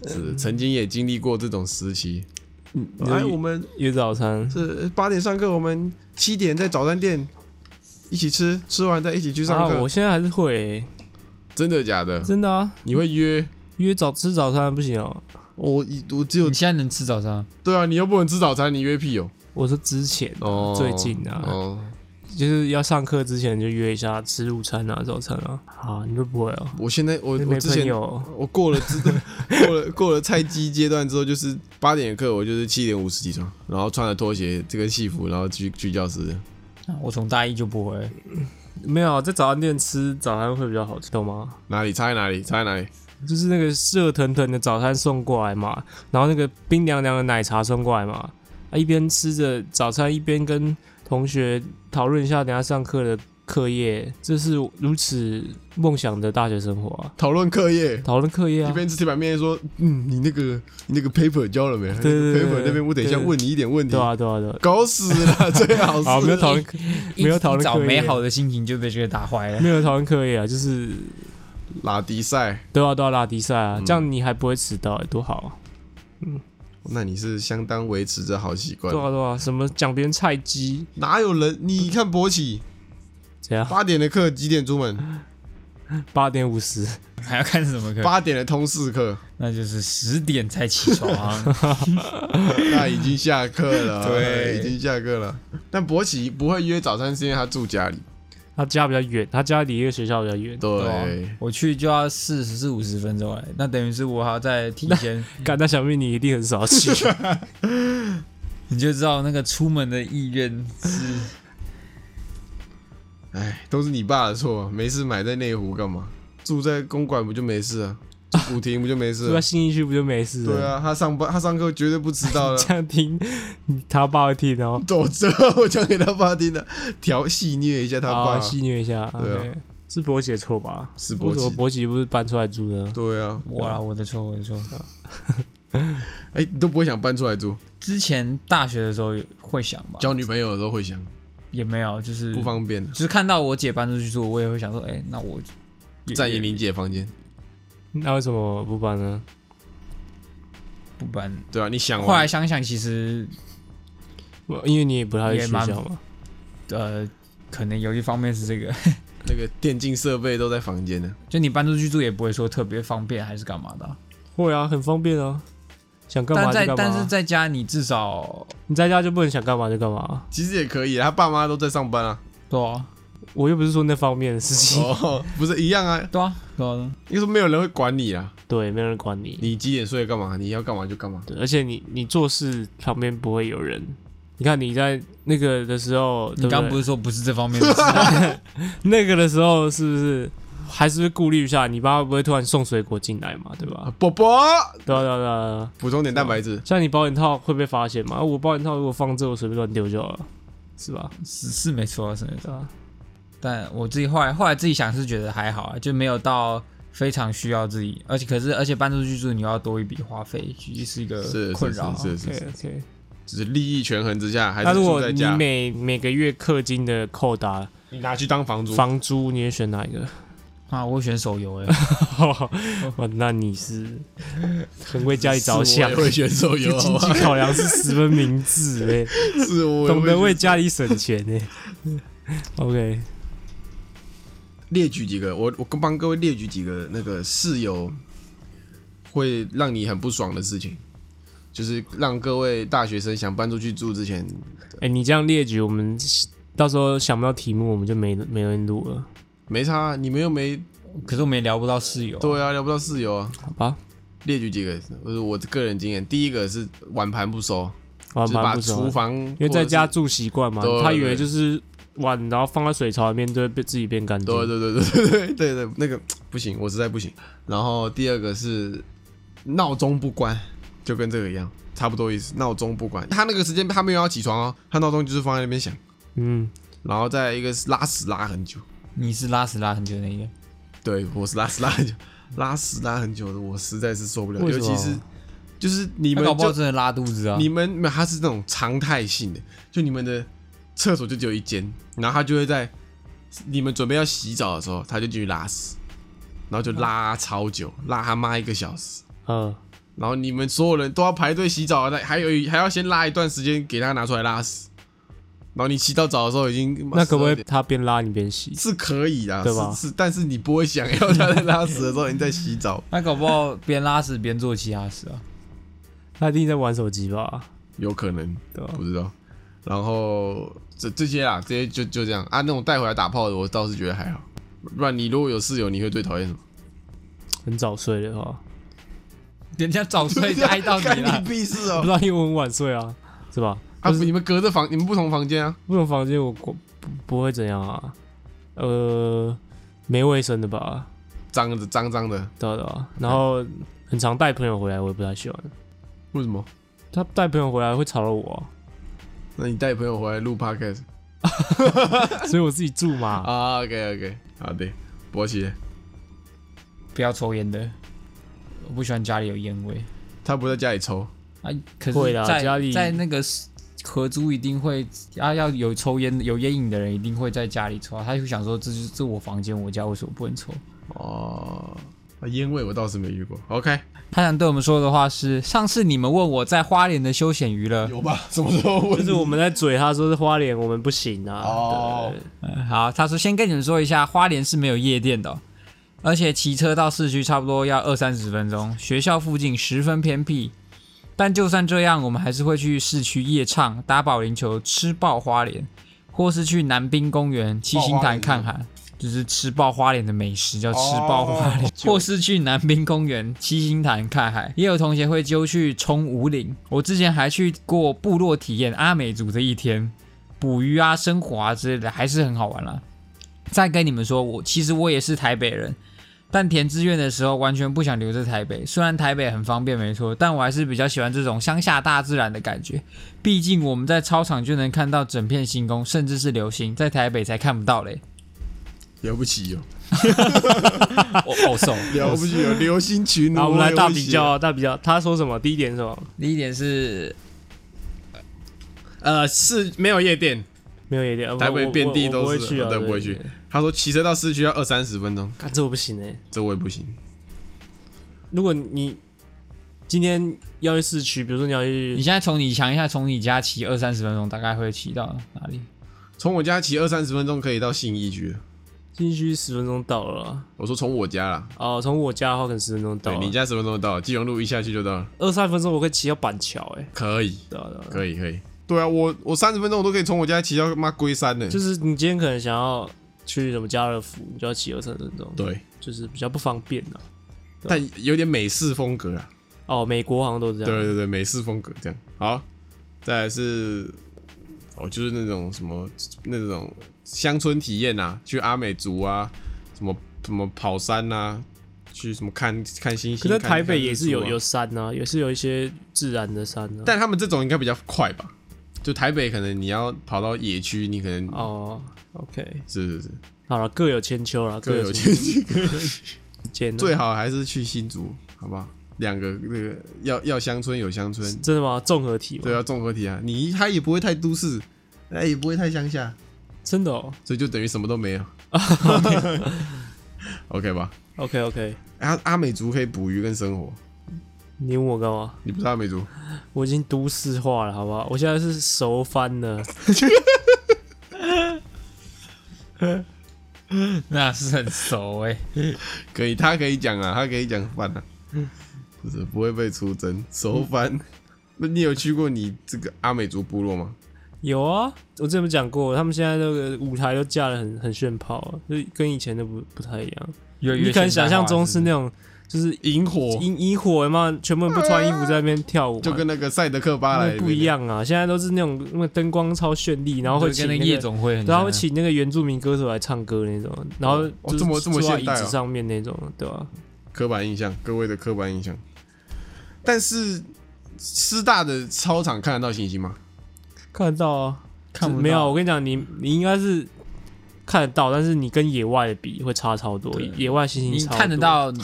Speaker 2: 是，曾经也经历过这种时期。哎，我们
Speaker 3: 约早餐，
Speaker 2: 是八点上课，我们七点在早餐店一起吃，吃完再一起去
Speaker 3: 啊
Speaker 2: 上，课。
Speaker 3: 我现在还是会欸、
Speaker 2: 真的假的？
Speaker 3: 真的啊，
Speaker 2: 你会约？
Speaker 3: 约早吃早餐不行哦。
Speaker 2: 我我只有
Speaker 4: 你现在能吃早餐吗？
Speaker 2: 对啊，你又不能吃早餐，你约屁哦。
Speaker 3: 我说之前、
Speaker 2: 哦，
Speaker 3: 最近啊，
Speaker 2: 哦，
Speaker 3: 就是要上课之前就约一下吃午餐啊、早餐啊。啊，你都不会哦？
Speaker 2: 我现在我我
Speaker 3: 没
Speaker 2: 之
Speaker 3: 朋
Speaker 2: 前
Speaker 3: 友，
Speaker 2: 我过了知 过了过了菜鸡阶段之后，就是八点的课，我就是七点五十起床，然后穿着拖鞋这个戏服，然后去去教室。
Speaker 4: 啊我从大一就不会。
Speaker 3: 没有啊在早餐店吃早餐会比较好吃，懂吗？
Speaker 2: 哪里差在哪里？差在哪里？
Speaker 3: 就是那个热腾腾的早餐送过来嘛，然后那个冰凉凉的奶茶送过来嘛，啊，一边吃着早餐，一边跟同学讨论一下等一下上课的课业，这是如此梦想的大学生活啊！
Speaker 2: 讨论课业。
Speaker 3: 讨论课业
Speaker 2: 一
Speaker 3: 啊，
Speaker 2: 边吃铁板面说：“嗯，你那个你那个 paper 交了没？那
Speaker 3: 对
Speaker 2: 个
Speaker 3: 对对
Speaker 2: paper 那边我等一下
Speaker 3: 对
Speaker 2: 问你一点问题
Speaker 3: 对。啊，对啊，对啊。
Speaker 2: 搞死 了，最好是
Speaker 3: 好，没有讨论，没有讨论
Speaker 4: 一早
Speaker 3: 课业
Speaker 4: 美好的心情就被这个打坏了。
Speaker 3: 没有讨论课业啊，就是
Speaker 2: 拉迪赛。
Speaker 3: 都要都要拉迪赛啊，
Speaker 2: 嗯
Speaker 3: 这样你还不会迟到、多好啊！
Speaker 2: 哦那你是相当维持着好习惯
Speaker 3: 对。啊，对啊，什么讲别人菜鸡
Speaker 2: 哪有人？你看博起
Speaker 3: 怎样？
Speaker 2: 八点的课几点出门？
Speaker 3: 八点五十，
Speaker 4: 还要看什么 课？
Speaker 2: 八点的通识课，
Speaker 4: 那就是十点才起床。啊
Speaker 2: 那已经下课了。
Speaker 4: 对
Speaker 2: 已经下课了。但博起不会约早餐，是因为他住家里。
Speaker 3: 他家比较远，他家离一个学校比较远。
Speaker 4: 对啊
Speaker 3: 啊
Speaker 2: 对，
Speaker 4: 我去就要四十至五十分钟哎，那等于是我还要再提前，
Speaker 3: 干，那小妹你一定很少去。
Speaker 4: 你就知道那个出门的意愿 是。
Speaker 3: 啊
Speaker 2: 哎，都是你爸的错。没事买在内湖干嘛？住在公馆不就没事啊？住古亭不就 没事
Speaker 3: 住在
Speaker 2: 啊？
Speaker 3: 信义区不就没事了？
Speaker 2: 对，啊，他上班他上课绝对不迟到了。
Speaker 3: 这样听他爸会听哦，
Speaker 2: 走这我讲给他爸听的，调戏虐一下他爸。
Speaker 3: 啊戏虐一下。
Speaker 2: 对啊
Speaker 3: OK，是博姐错吧？
Speaker 2: 是
Speaker 3: 为
Speaker 2: 博
Speaker 3: 什么
Speaker 2: 起。
Speaker 3: 博姐不是搬出来住的？
Speaker 2: 对啊，
Speaker 4: 我啦，我的错，我的错。
Speaker 3: 啊
Speaker 2: 哎、你都不会想搬出来住？
Speaker 4: 之前大学的时候会想吧，
Speaker 2: 交女朋友的时候会想，
Speaker 4: 也没有，就是
Speaker 2: 不方便。
Speaker 4: 就是看到我姐搬出去住，我也会想说，哎、那我也
Speaker 2: 占
Speaker 4: 也
Speaker 2: 莹玲姐房间，
Speaker 3: 那为什么不搬呢？
Speaker 4: 不搬。
Speaker 2: 对啊，你想
Speaker 4: 后来
Speaker 2: 完，
Speaker 4: 想想，其实
Speaker 3: 因为你也不太会
Speaker 4: 也
Speaker 3: 学
Speaker 4: 蛮
Speaker 3: 校嘛。
Speaker 4: 呃，可能有一方面是这个，
Speaker 2: 那个电竞设备都在房间呢。
Speaker 4: 就你搬出去住也不会说特别方便还是干嘛的啊、
Speaker 3: 会啊，很方便啊，想干
Speaker 4: 但
Speaker 3: 嘛啊
Speaker 4: 在
Speaker 3: 就干
Speaker 4: 但是
Speaker 3: 嘛。
Speaker 4: 在家你至少
Speaker 3: 你在家就不能想干嘛就干嘛。
Speaker 2: 其实也可以啊，他爸妈都在上班啊。
Speaker 4: 对啊
Speaker 3: 我又不是说那方面的事情，
Speaker 2: 哦，不是一样啊，
Speaker 4: 对啊对啊，
Speaker 2: 因为说没有人会管你啊。
Speaker 3: 对，没有人管你。
Speaker 2: 你几点睡干嘛？你要干嘛就 干嘛。
Speaker 3: 对，而且你你做事旁边不会有人。你看你在那个的时候，对
Speaker 4: 你刚
Speaker 3: 对
Speaker 4: 不是说不是这方面的事？
Speaker 3: 那个的时候是不是还是会顾虑一下，你爸会不会突然送水果进来嘛？对
Speaker 2: 啊
Speaker 3: 吧？
Speaker 2: 宝宝，
Speaker 3: 对啊对啊对啊对啊，
Speaker 2: 补充点蛋白质。
Speaker 3: 像你保险套会被发现嘛？啊我保险套如果放这，我随便乱丢就好了，是吧？
Speaker 4: 是是没错，是没错。
Speaker 3: 对啊，
Speaker 4: 但我自己后来后来自己想是觉得还好啊，就没有到非常需要自己，而且可是而且搬出去住，你又要多一笔花费，其实是一个
Speaker 2: 是
Speaker 4: 困
Speaker 2: 是
Speaker 4: 扰啊。
Speaker 2: 是是是
Speaker 3: 呃 OK
Speaker 2: 是，
Speaker 3: OK。
Speaker 2: 只是利益权衡之下，还
Speaker 3: 那
Speaker 2: 是
Speaker 3: 如
Speaker 2: 住
Speaker 3: 果
Speaker 2: 在
Speaker 3: 你
Speaker 2: 家。
Speaker 3: 每每个月氪金的扣打
Speaker 2: 你拿去当房租，
Speaker 3: 房租，你会选哪一个？
Speaker 4: 啊，我会选手游哎、
Speaker 3: 哇，那你是很为家里着想
Speaker 2: 是，我也会选手游，好
Speaker 3: 经
Speaker 2: 吧
Speaker 3: 济考量是十分明智哎、
Speaker 2: 是我也会
Speaker 3: 懂得为
Speaker 2: 选
Speaker 3: 家里省钱呢、OK，
Speaker 2: 列举几个，我我帮各位列举几个那个室友会让你很不爽的事情，就是让各位大学生想搬出去住之前，
Speaker 3: 哎、你这样列举，我们到时候想不到题目，我们就没没人录了，
Speaker 2: 没差啊，你们又没
Speaker 4: 可是我们也聊不到室友。
Speaker 2: 对啊，聊不到室友啊。
Speaker 3: 好吧？
Speaker 2: 列举几个，我我个人经验，第一个是碗盘不收，
Speaker 3: 我
Speaker 2: 就是
Speaker 3: 蛮
Speaker 2: 把
Speaker 3: 不熟
Speaker 2: 厨
Speaker 3: 的，
Speaker 2: 房
Speaker 3: 因为在家住习惯嘛
Speaker 2: 对，对
Speaker 3: 他以为就是碗，然后放在水槽里面就会被自己变干净。
Speaker 2: 对对对对对对对对，那个不行，我实在不行。然后第二个是闹钟不关，就跟这个一样，差不多意思。闹钟不关，他那个时间他没有要起床哦，他闹钟就是放在那边响。
Speaker 3: 嗯，
Speaker 2: 然后再一个是拉屎拉很久，
Speaker 4: 你是拉屎拉很久的那个，
Speaker 2: 对我是拉屎拉很久，拉屎拉很久的，我实在是受不了，
Speaker 3: 为
Speaker 2: 尤
Speaker 3: 什么
Speaker 2: 其是就是你
Speaker 4: 他
Speaker 2: 们
Speaker 4: 搞不好
Speaker 2: 就
Speaker 4: 真的拉肚子啊！
Speaker 2: 你们没有，它是那种常态性的，就你们的厕所就只有一间，然后他就会在你们准备要洗澡的时候，他就进去拉屎，然后就拉超久，拉他妈一个小时，
Speaker 3: 呃，
Speaker 2: 然后你们所有人都要排队洗澡，那还有一还要先拉一段时间给他拿出来拉屎，然后你洗到澡的时候已经
Speaker 3: 那可不可
Speaker 2: 12
Speaker 3: 以
Speaker 2: 点
Speaker 3: 他边拉你边洗？
Speaker 2: 是可以的，
Speaker 3: 对吧
Speaker 2: 是是，但是你不会想要他在拉屎的时候你在洗澡，
Speaker 4: 那搞不好边拉屎边做其他事啊。
Speaker 3: 他一定在玩手机吧？
Speaker 2: 有可能
Speaker 3: 对吧
Speaker 2: 不？知道。然后这这些啊，这些就就这样啊。那种带回来打炮的，我倒是觉得还好。不然你如果有室友，你会最讨厌 什么？
Speaker 3: 很早睡的话，
Speaker 4: 人家 早睡就爱到你啊
Speaker 2: 干
Speaker 4: 了
Speaker 2: 你，屁事
Speaker 3: 不
Speaker 2: 哦！
Speaker 3: 知道因为我很晚睡啊，是吧？
Speaker 2: 啊，你们隔着房，你们不同房间啊。
Speaker 3: 不同房间我不不会怎样啊，呃，没卫生的吧？
Speaker 2: 脏的脏脏的，
Speaker 3: 对啊对啊，然后很常带朋友回来，我也不太喜欢。
Speaker 2: 为什么？
Speaker 3: 他带朋友回来会吵到 我啊、
Speaker 2: 那你带朋友回来录 podcast
Speaker 3: 所以我自己住嘛。
Speaker 2: 啊？OK OK，好的，博奇，
Speaker 4: 不要抽烟的，我不喜欢家里有烟味
Speaker 2: 他不在家里抽，
Speaker 4: 啊。可
Speaker 3: 会
Speaker 4: 是
Speaker 3: 啦
Speaker 4: 在
Speaker 3: 家里
Speaker 4: 在那个合租一定会啊，要有抽烟有烟瘾的人一定会在家里抽啊。他就想说，这就是这我房间我家为什么不能抽？
Speaker 2: 哦，啊烟味我倒是没遇过。OK，
Speaker 4: 他想对我们说的话是：上次你们问我在花莲的休闲娱乐，
Speaker 2: 有吧？什么时候
Speaker 3: 就
Speaker 2: 问？
Speaker 3: 是我们在嘴他说是花莲，我们不行啊。
Speaker 2: 哦
Speaker 3: 对
Speaker 4: 嗯好，他说先跟你们说一下，花莲是没有夜店的哦、而且骑车到市区差不多要二三十分钟，学校附近十分偏僻。但就算这样，我们还是会去市区夜唱、打保龄球、吃爆花莲，或是去南滨公园、七星潭看海，就是吃爆花莲的美食叫吃爆花莲，或是去南滨公园、七星潭看海。也有同学会揪去冲五岭，我之前还去过部落体验阿美族的一天，捕鱼啊、生活啊之类的，还是很好玩啦、再跟你们说，我其实我也是台北人，但填志愿的时候完全不想留在台北。虽然台北很方便，没错，但我还是比较喜欢这种乡下大自然的感觉。毕竟我们在操场就能看到整片星空，甚至是流星，在台北才看不到嘞。
Speaker 2: 了不起哦，
Speaker 4: 我 我手。
Speaker 2: 了不 起哦，流星群。
Speaker 3: 好，我们来大比较
Speaker 2: 我也会写。
Speaker 3: 啊，大比较。他说什么？第一点是什么？
Speaker 4: 第一点是
Speaker 2: 呃，是没有夜店，
Speaker 3: 没有一点，
Speaker 2: 台北遍地
Speaker 3: 我我
Speaker 2: 都
Speaker 3: 我
Speaker 2: 是，
Speaker 3: 不会去啊，
Speaker 2: 对，不会去。他说骑车到市区要二三十分钟，
Speaker 3: 看这我不行哎、
Speaker 2: 这我也不行。
Speaker 3: 如果你今天要去市区，比如说你要
Speaker 4: 你
Speaker 3: 去，
Speaker 4: 现在从你想一下，从你家骑二三十分钟，大概会骑到哪里？
Speaker 2: 从我家骑二三十分钟可以到信义区了。
Speaker 3: 进去十分钟到了啦。
Speaker 2: 我说从我家啦，
Speaker 3: 哦，从我家的话可能十分钟到
Speaker 2: 对
Speaker 3: 啊。
Speaker 2: 你家十分钟就到了，基隆路一下去就到了，
Speaker 3: 二三分钟，我可以骑到板桥哎、
Speaker 2: 可以，
Speaker 3: 对啊对啊对啊
Speaker 2: 可以，可以。对啊，我我三十分钟我都可以从我家骑到妈龟山呢。
Speaker 3: 就是你今天可能想要去什么家乐福，你就要骑二三分钟，
Speaker 2: 对，
Speaker 3: 就是比较不方便啊。
Speaker 2: 但有点美式风格啊。
Speaker 3: 哦，美国好像都是这
Speaker 2: 对啊
Speaker 3: 样。
Speaker 2: 对对，美式风格这样。好，再来是，哦，就是那种什么那种乡村体验啊，去阿美族啊，什么什么跑山啊，去什么看看星
Speaker 3: 可
Speaker 2: 星。
Speaker 3: 是
Speaker 2: 看
Speaker 3: 台北也是有，
Speaker 2: 看日出啊
Speaker 3: 有山啊，也是有一些自然的山啊。
Speaker 2: 但他们这种应该比较快吧？就台北可能你要跑到野区，你可能
Speaker 3: 哦，OK，
Speaker 2: 是是是，
Speaker 3: 好了，各有千秋啦，
Speaker 2: 各有
Speaker 3: 有
Speaker 2: 千 秋。啊
Speaker 3: 千秋
Speaker 2: 最好还是去新竹，好不好？两个那个要要乡村有乡村，
Speaker 3: 真的吗？综合体吗？
Speaker 2: 对，要综合体啊。你它也不会太都市，哎，也不会太乡下，
Speaker 3: 真的哦。
Speaker 2: 所以就等于什么都没有。 OK 吧？
Speaker 3: OK OK，
Speaker 2: 阿阿美族可以捕鱼跟生活，
Speaker 3: 你问我干嘛？
Speaker 2: 你不是阿美族？
Speaker 3: 我已经都市化了，好不好？我现在是熟翻了，
Speaker 4: 那是很熟哎、
Speaker 2: 可以，他可以讲啊，他可以讲饭啊，就是不会被出征熟番。那你有去过你这个阿美族部落吗？
Speaker 3: 有啊，我之前有讲过，他们现在那个舞台都架得很很炫炮、啊，就跟以前的不不太一样。
Speaker 4: 有
Speaker 3: 你可能想象中是那种就是
Speaker 2: 萤火
Speaker 3: 萤萤火嘛，全部人不穿衣服在那边跳舞嘛，
Speaker 2: 就跟那个赛德克巴莱
Speaker 3: 那不一，样啊。现在都是那种那个灯光超绚丽，然后会
Speaker 4: 跟
Speaker 3: 请
Speaker 4: 那
Speaker 3: 那个
Speaker 4: 夜总会很
Speaker 3: 对，他
Speaker 4: 像
Speaker 3: 会请那个原住民歌手来唱歌那种，然后
Speaker 2: 哦
Speaker 3: 就是
Speaker 2: 这么这么
Speaker 3: 坐在
Speaker 2: 现代
Speaker 3: 椅
Speaker 2: 啊
Speaker 3: 子上面那种，对吧、
Speaker 2: 刻板印象，各位的刻板印象。但是师大的操场看得到星星吗？
Speaker 3: 看得到啊，
Speaker 4: 看不到
Speaker 3: 没有。我跟你讲，你你应该是看得到，但是你跟野外的比会差超多
Speaker 4: 对，
Speaker 3: 野外星星
Speaker 4: 你
Speaker 3: 超多
Speaker 4: 看得，到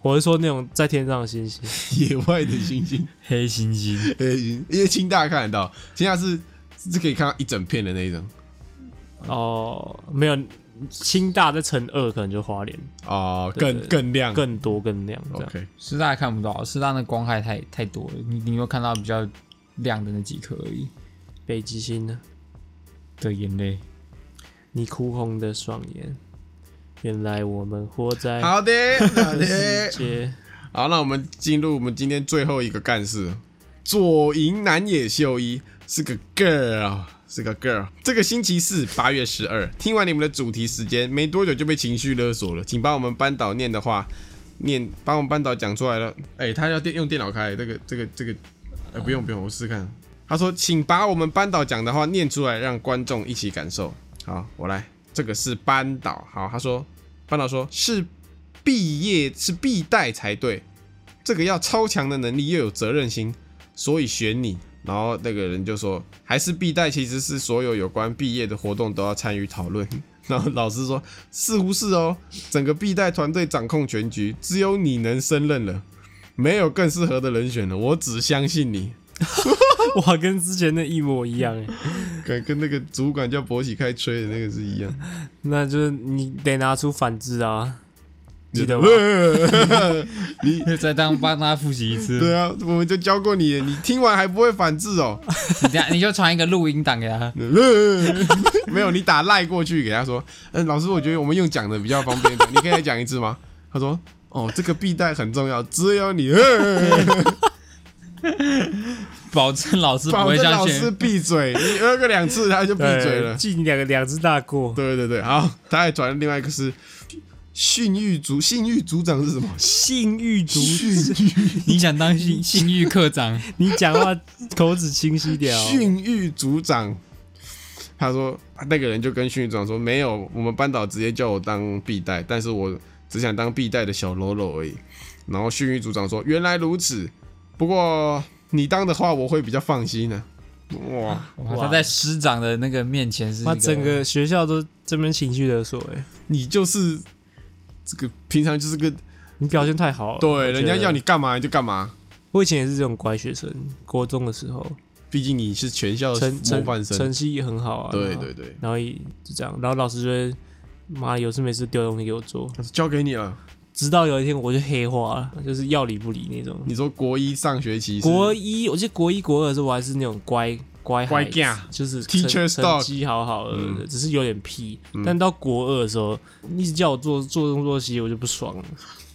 Speaker 3: 我是说那种在天上的星星，
Speaker 2: 野外的星星，
Speaker 4: 黑猩猩
Speaker 2: 呃，因为清大看得到，清大是是可以看到一整片的那一种
Speaker 3: 哦，没有，清大再乘二可能就花莲
Speaker 2: 哦，
Speaker 3: 对
Speaker 2: 更
Speaker 3: 对
Speaker 2: 更亮。
Speaker 3: 更多更亮这样。
Speaker 2: OK，
Speaker 4: 师大看不到，师大那光害太太多了，你你又看到比较亮的那几颗而已
Speaker 3: 北极星呢？
Speaker 4: 的眼泪。
Speaker 3: 你哭红的双眼，原来我们活在
Speaker 2: 好的，好
Speaker 3: 这世
Speaker 2: 的。
Speaker 3: 界。
Speaker 2: 好，那我们进入我们今天最后一个干事，左营南野秀一是个 girl，是个 girl。这个星期四八月十二，听完你们的主题时间，没多久就被情绪勒索了，请帮我们班导念的话念，帮我们班导讲出来了。哎、他要电用电脑开这个这个这个，呃，不用不用，我试试看。他说，请把我们班导讲的话念出来，让观众一起感受。好，我来，这个是班导。好，他说，班导说是毕业是必带才对，这个要超强的能力又有责任心，所以选你。然后那个人就说，还是必带其实是所有有关毕业的活动都要参与讨论。 然后老师说，似乎是哦，整个必带团队掌控全局，只有你能胜任了，没有更适合的人选了。我只相信你，
Speaker 3: 哇，跟之前那一模一样哎，
Speaker 2: 跟跟那个主管叫博喜开吹的那个是一样。
Speaker 3: 那就是你得拿出反制啊，记得吗？
Speaker 2: 吗？你
Speaker 4: 再当帮他复习一 次，
Speaker 2: 对啊，我们就教过你了，你听完还不会反制哦。
Speaker 4: 你等下你就传一个录音档给他，
Speaker 2: 没有，你打赖过去给他说，嗯，老师，我觉得我们用讲的比较方 便一点，你可以再讲一次吗？他说，哦，这个必带很重要，只有 你，呃
Speaker 4: 保证老师不
Speaker 2: 保
Speaker 4: 会
Speaker 2: 证
Speaker 4: 像
Speaker 2: 老师
Speaker 4: 现
Speaker 2: 闭嘴，你呃个两次他就闭
Speaker 3: 对
Speaker 2: 嘴了。
Speaker 3: 记你两个两只大过，
Speaker 2: 对对对，好，他还转了另外一个是训育组，训育组长是什么？
Speaker 3: 性欲足，
Speaker 2: 训育
Speaker 4: 你想当性性欲课长，
Speaker 3: 你讲话口齿清晰点哦。
Speaker 2: 训育组长，他说那个人就跟训育组长说，没有，我们班导直接叫我当必带，但是我只想当必带的小喽啰而已。然后训育组长说，原来如此，不过你当的话，我会比较放心啊呢、哇，
Speaker 4: 哇他在师长的那个面前是一
Speaker 3: 妈，整个学校都这边情绪勒索哎，
Speaker 2: 你就是这个平常就是个
Speaker 3: 你表现太好了。我
Speaker 2: 对，
Speaker 3: 觉
Speaker 2: 人家
Speaker 3: 得
Speaker 2: 要你干嘛你就干嘛，
Speaker 3: 我以前也是这种乖学生，国中的时候，
Speaker 2: 毕竟你是全校
Speaker 3: 成
Speaker 2: 模范
Speaker 3: 成
Speaker 2: 生
Speaker 3: 成。绩也很好啊。
Speaker 2: 对
Speaker 3: 然后
Speaker 2: 对对，
Speaker 3: 然后也就这样，然后老师就会妈有事没事丢东西给我做，
Speaker 2: 他说交给你了。
Speaker 3: 直到有一天我就黑化了，就是要理不理那种。
Speaker 2: 你说国一上学期是
Speaker 3: 国一，我记得国一国二的时候我还是那种乖乖
Speaker 2: 乖
Speaker 3: 孩子
Speaker 2: 囝，
Speaker 3: 就是成
Speaker 2: Teacher's
Speaker 3: 成
Speaker 2: dog
Speaker 3: 绩好好的，
Speaker 2: 嗯
Speaker 3: 只是有点屁。但到国二的时候，你一直叫我做做东做西，我就不爽了。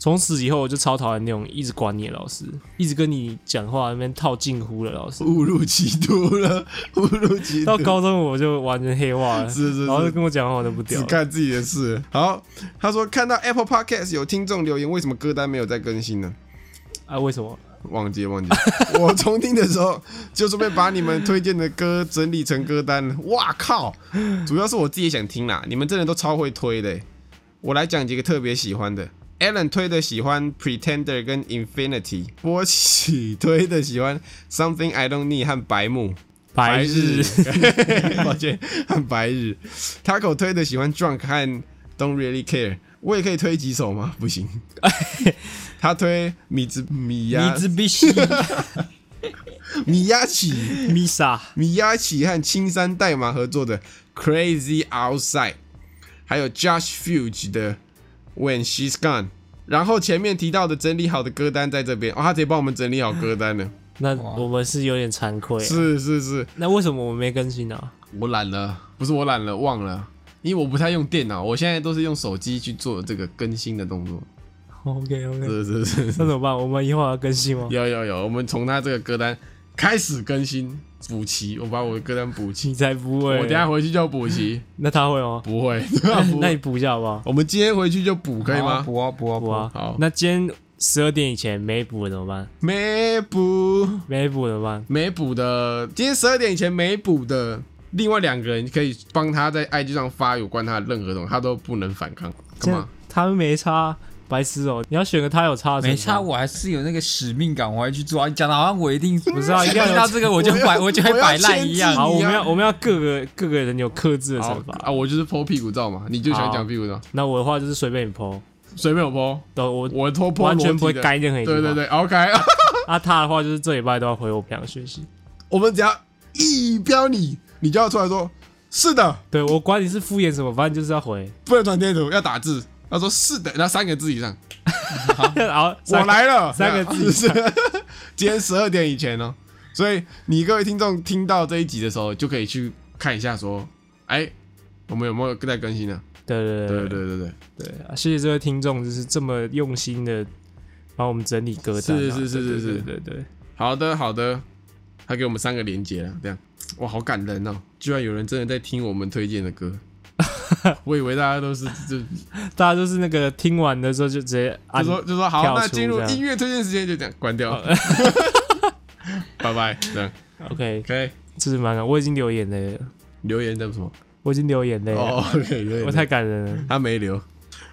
Speaker 3: 从此以后，我就超讨厌那种一直管你的老师，一直跟你讲话那边套近乎的 老师。
Speaker 2: 误入歧途了，误入歧途。
Speaker 3: 到高中我就完全黑化了，
Speaker 2: 是是是
Speaker 3: 然后就跟我讲话我都不屌
Speaker 2: 只
Speaker 3: 了。
Speaker 2: 干自己的事。好，他说看到 Apple Podcast 有听众留言，为什么歌单没有再更新呢？
Speaker 3: 啊，为什么？
Speaker 2: 忘记忘记，我重听的时候就顺便把你们推荐的歌整理成歌单了。哇靠！主要是我自己想听啦，你们真的都超会推的欸。我来讲几个特别喜欢的，Alan 推的喜欢 Pretender 跟 Infinity，波奇 推的喜欢 Something I Don't Need 和白木。
Speaker 3: 白日
Speaker 2: 抱歉，和白日。Taco 推的喜欢 Drunk 和 Don't Really Care，我也可以推几首吗？不 行，他推米兹米
Speaker 4: 你
Speaker 2: 亚
Speaker 4: 之必须
Speaker 2: 米亚奇
Speaker 3: 米莎，
Speaker 2: 米亚奇和青山代码合作的 Crazy Outside，还有 Josh Fuge 的。 When She's Gone》。然后前面提到的整理好的歌单在这边哦，他直接帮我们整理好歌 单了。
Speaker 3: 那
Speaker 4: 哇
Speaker 3: 我们是有点惭愧、啊。
Speaker 2: 是是是，
Speaker 3: 那为什么我们没更新啊？
Speaker 2: 我懒了，不是我懒了，忘了，因为我不太用电脑，我现在都是用手机去做这个更新的动作。
Speaker 3: OK OK，
Speaker 2: 是是是，
Speaker 3: 那怎么办？我们以后还要更新吗？
Speaker 2: 有有有，我们从他这个歌单开始更新补齐，我把我的歌单补齐
Speaker 3: 你。才不
Speaker 2: 我
Speaker 3: 会。
Speaker 2: 等一下回去就补 齐，
Speaker 3: 那他会吗？
Speaker 2: 不会，对 吧不
Speaker 3: 那你
Speaker 2: 会。
Speaker 3: 补一下好不好？
Speaker 2: 我们今天回去就补，可以
Speaker 4: 好啊
Speaker 2: 吗？
Speaker 4: 补啊补啊
Speaker 3: 补
Speaker 4: 补啊！
Speaker 3: 啊。
Speaker 2: 好
Speaker 3: 那今天十二点以前没补的怎么办？
Speaker 2: 没补，
Speaker 3: 没补的怎么办？
Speaker 2: 没补的，今天十二点以前没补的，另外两个人可以帮他在 IG 上发有关他的任何东西，他都不能反抗。干嘛？
Speaker 3: 他们没差，白痴哦、你要选个他有差的，
Speaker 4: 没差，。我还是有那个使命感，我还去做啊。你讲的好像我一定不
Speaker 3: 是啊一定要有
Speaker 4: 听到这个我就
Speaker 2: 我要
Speaker 4: 摆，我就会摆烂
Speaker 2: 我要
Speaker 4: 一
Speaker 2: 牵制
Speaker 4: 样。
Speaker 3: 好，我们
Speaker 2: 你
Speaker 3: 要
Speaker 2: 啊
Speaker 3: 我们要各个各个人有各自的
Speaker 2: 好
Speaker 3: 惩罚。
Speaker 2: 啊，我就是剖屁股照嘛，你就喜欢讲屁股照，
Speaker 3: 那我的话就是随便你剖，
Speaker 2: 随便我剖，
Speaker 3: 都 我
Speaker 2: 我偷剖
Speaker 3: 完全不会
Speaker 2: 改。
Speaker 3: 干任何一句
Speaker 2: 对对
Speaker 3: 话。
Speaker 2: 对，OK，
Speaker 3: 啊，他的话就是这礼拜都要回我培养学习。
Speaker 2: 我们只要一标你，你就要出来说是的，
Speaker 3: 对我管你是敷衍什么，反正就是 要回。
Speaker 2: 不能传贴图，要打字。他说是的，那三个字以上，
Speaker 3: 然后
Speaker 2: 我，来了，
Speaker 3: 三个字以
Speaker 2: 是
Speaker 3: 上
Speaker 2: 今天十二点以前哦。所以你各位听众听到这一集的时候，就可以去看一下，说，哎，我们有没有在更新呢？
Speaker 3: 对
Speaker 2: 对
Speaker 3: 对对
Speaker 2: 对对对，
Speaker 3: 对啊谢谢这位听众，就是这么用心的帮我们整理歌单啊。
Speaker 2: 是是是是是
Speaker 3: 对对对对，
Speaker 2: 好的好的，他给我们三个连接了，这样，哇，好感人哦！居然有人真的在听我们推荐的歌， 我以为大家都是就
Speaker 3: 大家就是那个听完的时候就直接按
Speaker 2: 就说就说
Speaker 3: 跳
Speaker 2: 好，
Speaker 3: 出
Speaker 2: 那进入
Speaker 3: 这样哦
Speaker 2: 音乐推荐时间就这样关 掉， 拜拜，这样
Speaker 3: OK，
Speaker 2: OK。
Speaker 3: 这是蛮感，我已经流眼泪了，
Speaker 2: 留言的什么？
Speaker 3: 我已经流眼泪了，
Speaker 2: 哦，OK，留言的
Speaker 3: 我太感人了。
Speaker 2: 他没留。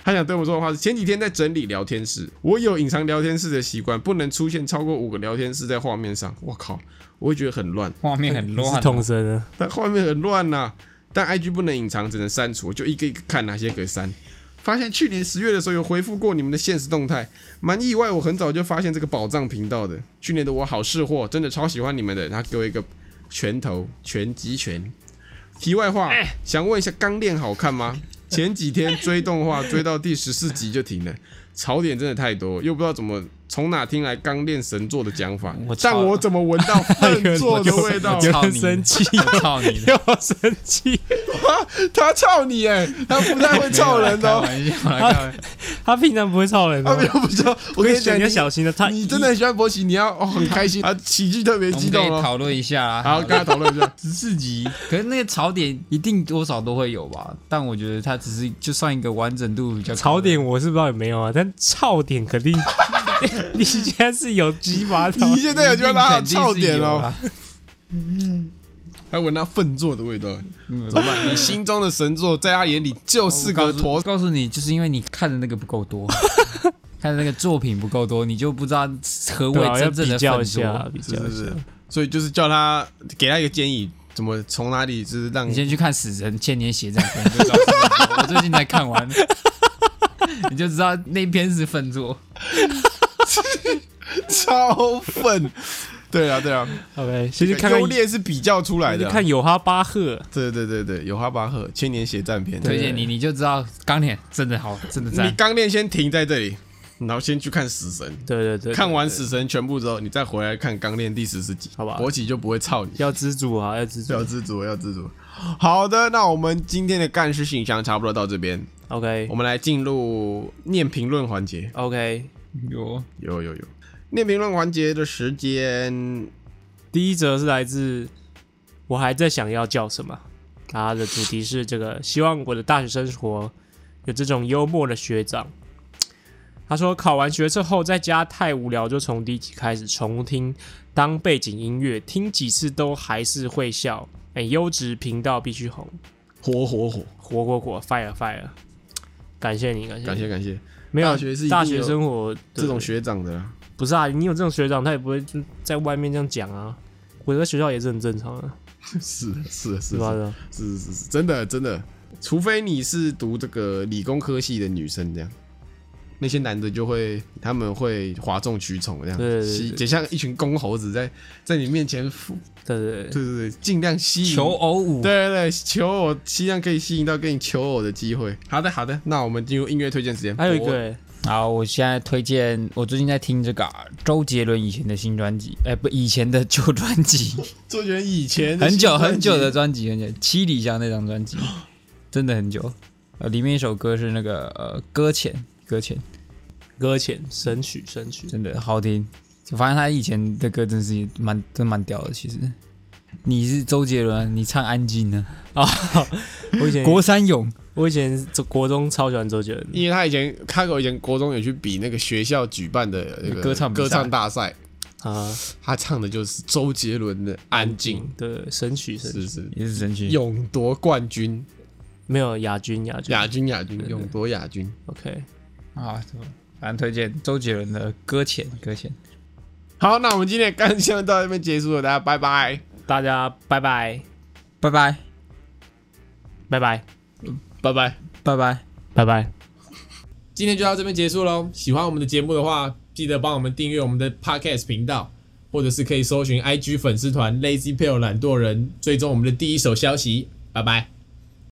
Speaker 2: 他想对我们说的话是：前几天在整理聊天室，我有隐藏聊天室的习惯，不能出现超过五个聊天室在画面上。我靠，我会觉得很乱，
Speaker 4: 画面很
Speaker 3: 你
Speaker 4: 乱
Speaker 3: 是，童声 啊，
Speaker 2: 但画面很乱呐、但 IG 不能隐藏，只能删除，我就一个一个看哪些可以删。发现去年十月的时候有回复过你们的现实动态，蛮意外，我很早就发现这个宝藏频道的。去年的我好识货，真的超喜欢你们的。他给我一个拳头，拳击拳。题外话，想问一下，《钢炼》好看吗？前几天追动画追到第十四集就停了，槽点真的太多，又不知道怎么从哪听来《钢炼》神作的讲法
Speaker 4: 我，操
Speaker 2: 但我怎么闻到粪作的味道？
Speaker 3: 有
Speaker 4: 操
Speaker 3: 人
Speaker 4: 你
Speaker 3: 生气，
Speaker 4: 我操你的！
Speaker 3: 要生气，
Speaker 2: 他操你哎，他不太 会操人
Speaker 4: 开
Speaker 2: 哦。
Speaker 4: 玩笑啦，开玩笑
Speaker 3: 他平常不会操人
Speaker 2: 他
Speaker 3: 的
Speaker 2: 们。又不知道，我跟你
Speaker 3: 选
Speaker 2: 讲，
Speaker 3: 你要
Speaker 2: 你
Speaker 3: 小心的，他
Speaker 2: 你真的很喜欢博奇，你要哦很开心啊，喜剧特别
Speaker 4: 我
Speaker 2: 激
Speaker 4: 们可
Speaker 2: 动
Speaker 4: 以
Speaker 2: 哦。
Speaker 4: 讨论一下啦。
Speaker 2: 好，跟他讨论 一下。
Speaker 4: 十四集，可是那个槽点一定多少都会有吧？但我觉得它只是就算一个完整度比较高的
Speaker 3: 槽点我是不知道有没有啊，但操点 肯定，你现在是有鸡巴操
Speaker 2: 你，现在有就拉到槽点 哦，
Speaker 4: 肯定
Speaker 2: 还闻到粪作的味道。
Speaker 4: 是有啦，怎么办？
Speaker 2: 你心中的神作，在他眼里就是个
Speaker 4: 哦我
Speaker 2: 坨。
Speaker 4: 告诉你，就是因为你看的那个不够 多，看的那个作品不够多，你就不知道何
Speaker 3: 对
Speaker 4: 谓
Speaker 3: 啊，要
Speaker 4: 真正
Speaker 3: 比
Speaker 4: 的
Speaker 3: 较一
Speaker 4: 分
Speaker 3: 下
Speaker 4: 多。，
Speaker 3: 比
Speaker 2: 是
Speaker 3: 较
Speaker 2: 是
Speaker 3: 一下
Speaker 2: 是，，所以就是叫他给他一个建议，怎么从哪里就是让
Speaker 4: 你先去看《死神千年血战》，可能就知道是分作。我最近才看 完，你就知道那篇是分作。
Speaker 2: 超粪。对啊对啊，
Speaker 3: OK，先去看看
Speaker 2: 优，劣是比较出来
Speaker 3: 先
Speaker 2: 的
Speaker 3: 去
Speaker 2: 啊。
Speaker 3: 看有哈巴赫，
Speaker 2: 对对对对，有哈巴赫《千年血战篇》
Speaker 4: 推荐你，你就知道钢铁真的好，真的
Speaker 2: 你
Speaker 4: 赞。
Speaker 2: 刚练先停在这里，然后先去看死神，
Speaker 3: 啊对对对，
Speaker 2: 看完
Speaker 3: 对对
Speaker 2: 死神全部之后，你再回来看刚练第十四集，
Speaker 3: 好吧
Speaker 2: 国企就不会操你。
Speaker 3: 要知足啊，要知足
Speaker 2: 要知足，要知足。好的，那我们今天的干事信箱差不多到这边，
Speaker 3: ，OK
Speaker 2: 我们来进入念评论环节。
Speaker 3: OK，
Speaker 4: 有
Speaker 2: 有有有，念评论环节的时间，
Speaker 3: 第一则是来自我还在想要叫什么，它的主题是这个，希望我的大学生活有这种幽默的学长。他说考完学测后在家太无聊，就从第一集开始重听当背景音乐，听几次都还是会笑。哎、优质频道必须红，
Speaker 2: 火火火，
Speaker 3: 火火火，fire fire！感谢你，感谢你
Speaker 2: 感谢感谢
Speaker 3: 没有啊
Speaker 2: 大学是一定有
Speaker 3: 大学生活
Speaker 2: 这种
Speaker 3: 对
Speaker 2: 学长的 啦。
Speaker 3: 不是啊，你有这种学长，他也不会就在外面这样讲啊。我在学校也是很正常的，
Speaker 2: 是的是的是
Speaker 3: 是吧？
Speaker 2: 的
Speaker 3: 是吧
Speaker 2: 是的是的是的真的真的，除非你是读这个理工科系的女生这样。那些男的就会他们会哗众取宠这样
Speaker 3: 对
Speaker 2: 子，
Speaker 3: 对对
Speaker 2: 吸
Speaker 3: 对
Speaker 2: 就像一群公猴子在在你面前，
Speaker 3: 对对对，
Speaker 2: 对对对，尽量吸引
Speaker 4: 求偶舞，
Speaker 2: 对对对，求偶尽量可以吸引到跟你求偶的机会。好的，好的，那我们进入音乐推荐时间。
Speaker 3: 还有一
Speaker 2: 我
Speaker 3: 个、欸，
Speaker 4: 好，我现在推荐，我最近在听这个啊周杰伦以前的新专辑，哎、不，以前的旧专辑，
Speaker 2: 周杰伦以前的
Speaker 4: 很久
Speaker 2: 新专
Speaker 4: 很久
Speaker 2: 辑
Speaker 4: 的专辑，很久，七里香那张专 辑，真的很久。呃，里面一首歌是那个呃搁浅，搁浅，
Speaker 3: 搁浅神曲神 曲，
Speaker 4: 真的好听。我发现他以前的歌真是蛮真蛮屌的，其实。你是周杰伦，你唱《安静》呢？
Speaker 3: 我以前
Speaker 4: 国山勇，
Speaker 3: 我以前国中超喜欢周杰伦的，
Speaker 2: 因为他以前开口以前国中有去比那个学校举办的那个
Speaker 4: 歌唱比赛
Speaker 2: 歌唱大赛，
Speaker 3: 啊，
Speaker 2: 他唱的就是周杰伦的《安静
Speaker 3: 对神曲》，神曲
Speaker 2: 是是
Speaker 4: 也是神曲。
Speaker 2: 勇夺冠军，
Speaker 3: 没有亚军亚军
Speaker 2: 亚军亚军，勇夺亚军。
Speaker 3: ，OK，
Speaker 4: 啊，反正推荐周杰伦的《搁浅》，搁浅。
Speaker 2: 好，那我们今天的干香到这边结束了，大家拜拜，
Speaker 3: 大家拜拜
Speaker 4: 拜拜，
Speaker 3: 拜拜
Speaker 2: 拜拜。
Speaker 4: 拜拜。
Speaker 3: 拜拜，
Speaker 1: 今天就到这边结束喽。喜欢我们的节目的话，记得帮我们订阅我们的 Podcast 频道，或者是可以搜寻 IG 粉丝团 Lazy p a l e 懒惰人，追踪我们的第一手消息。拜拜。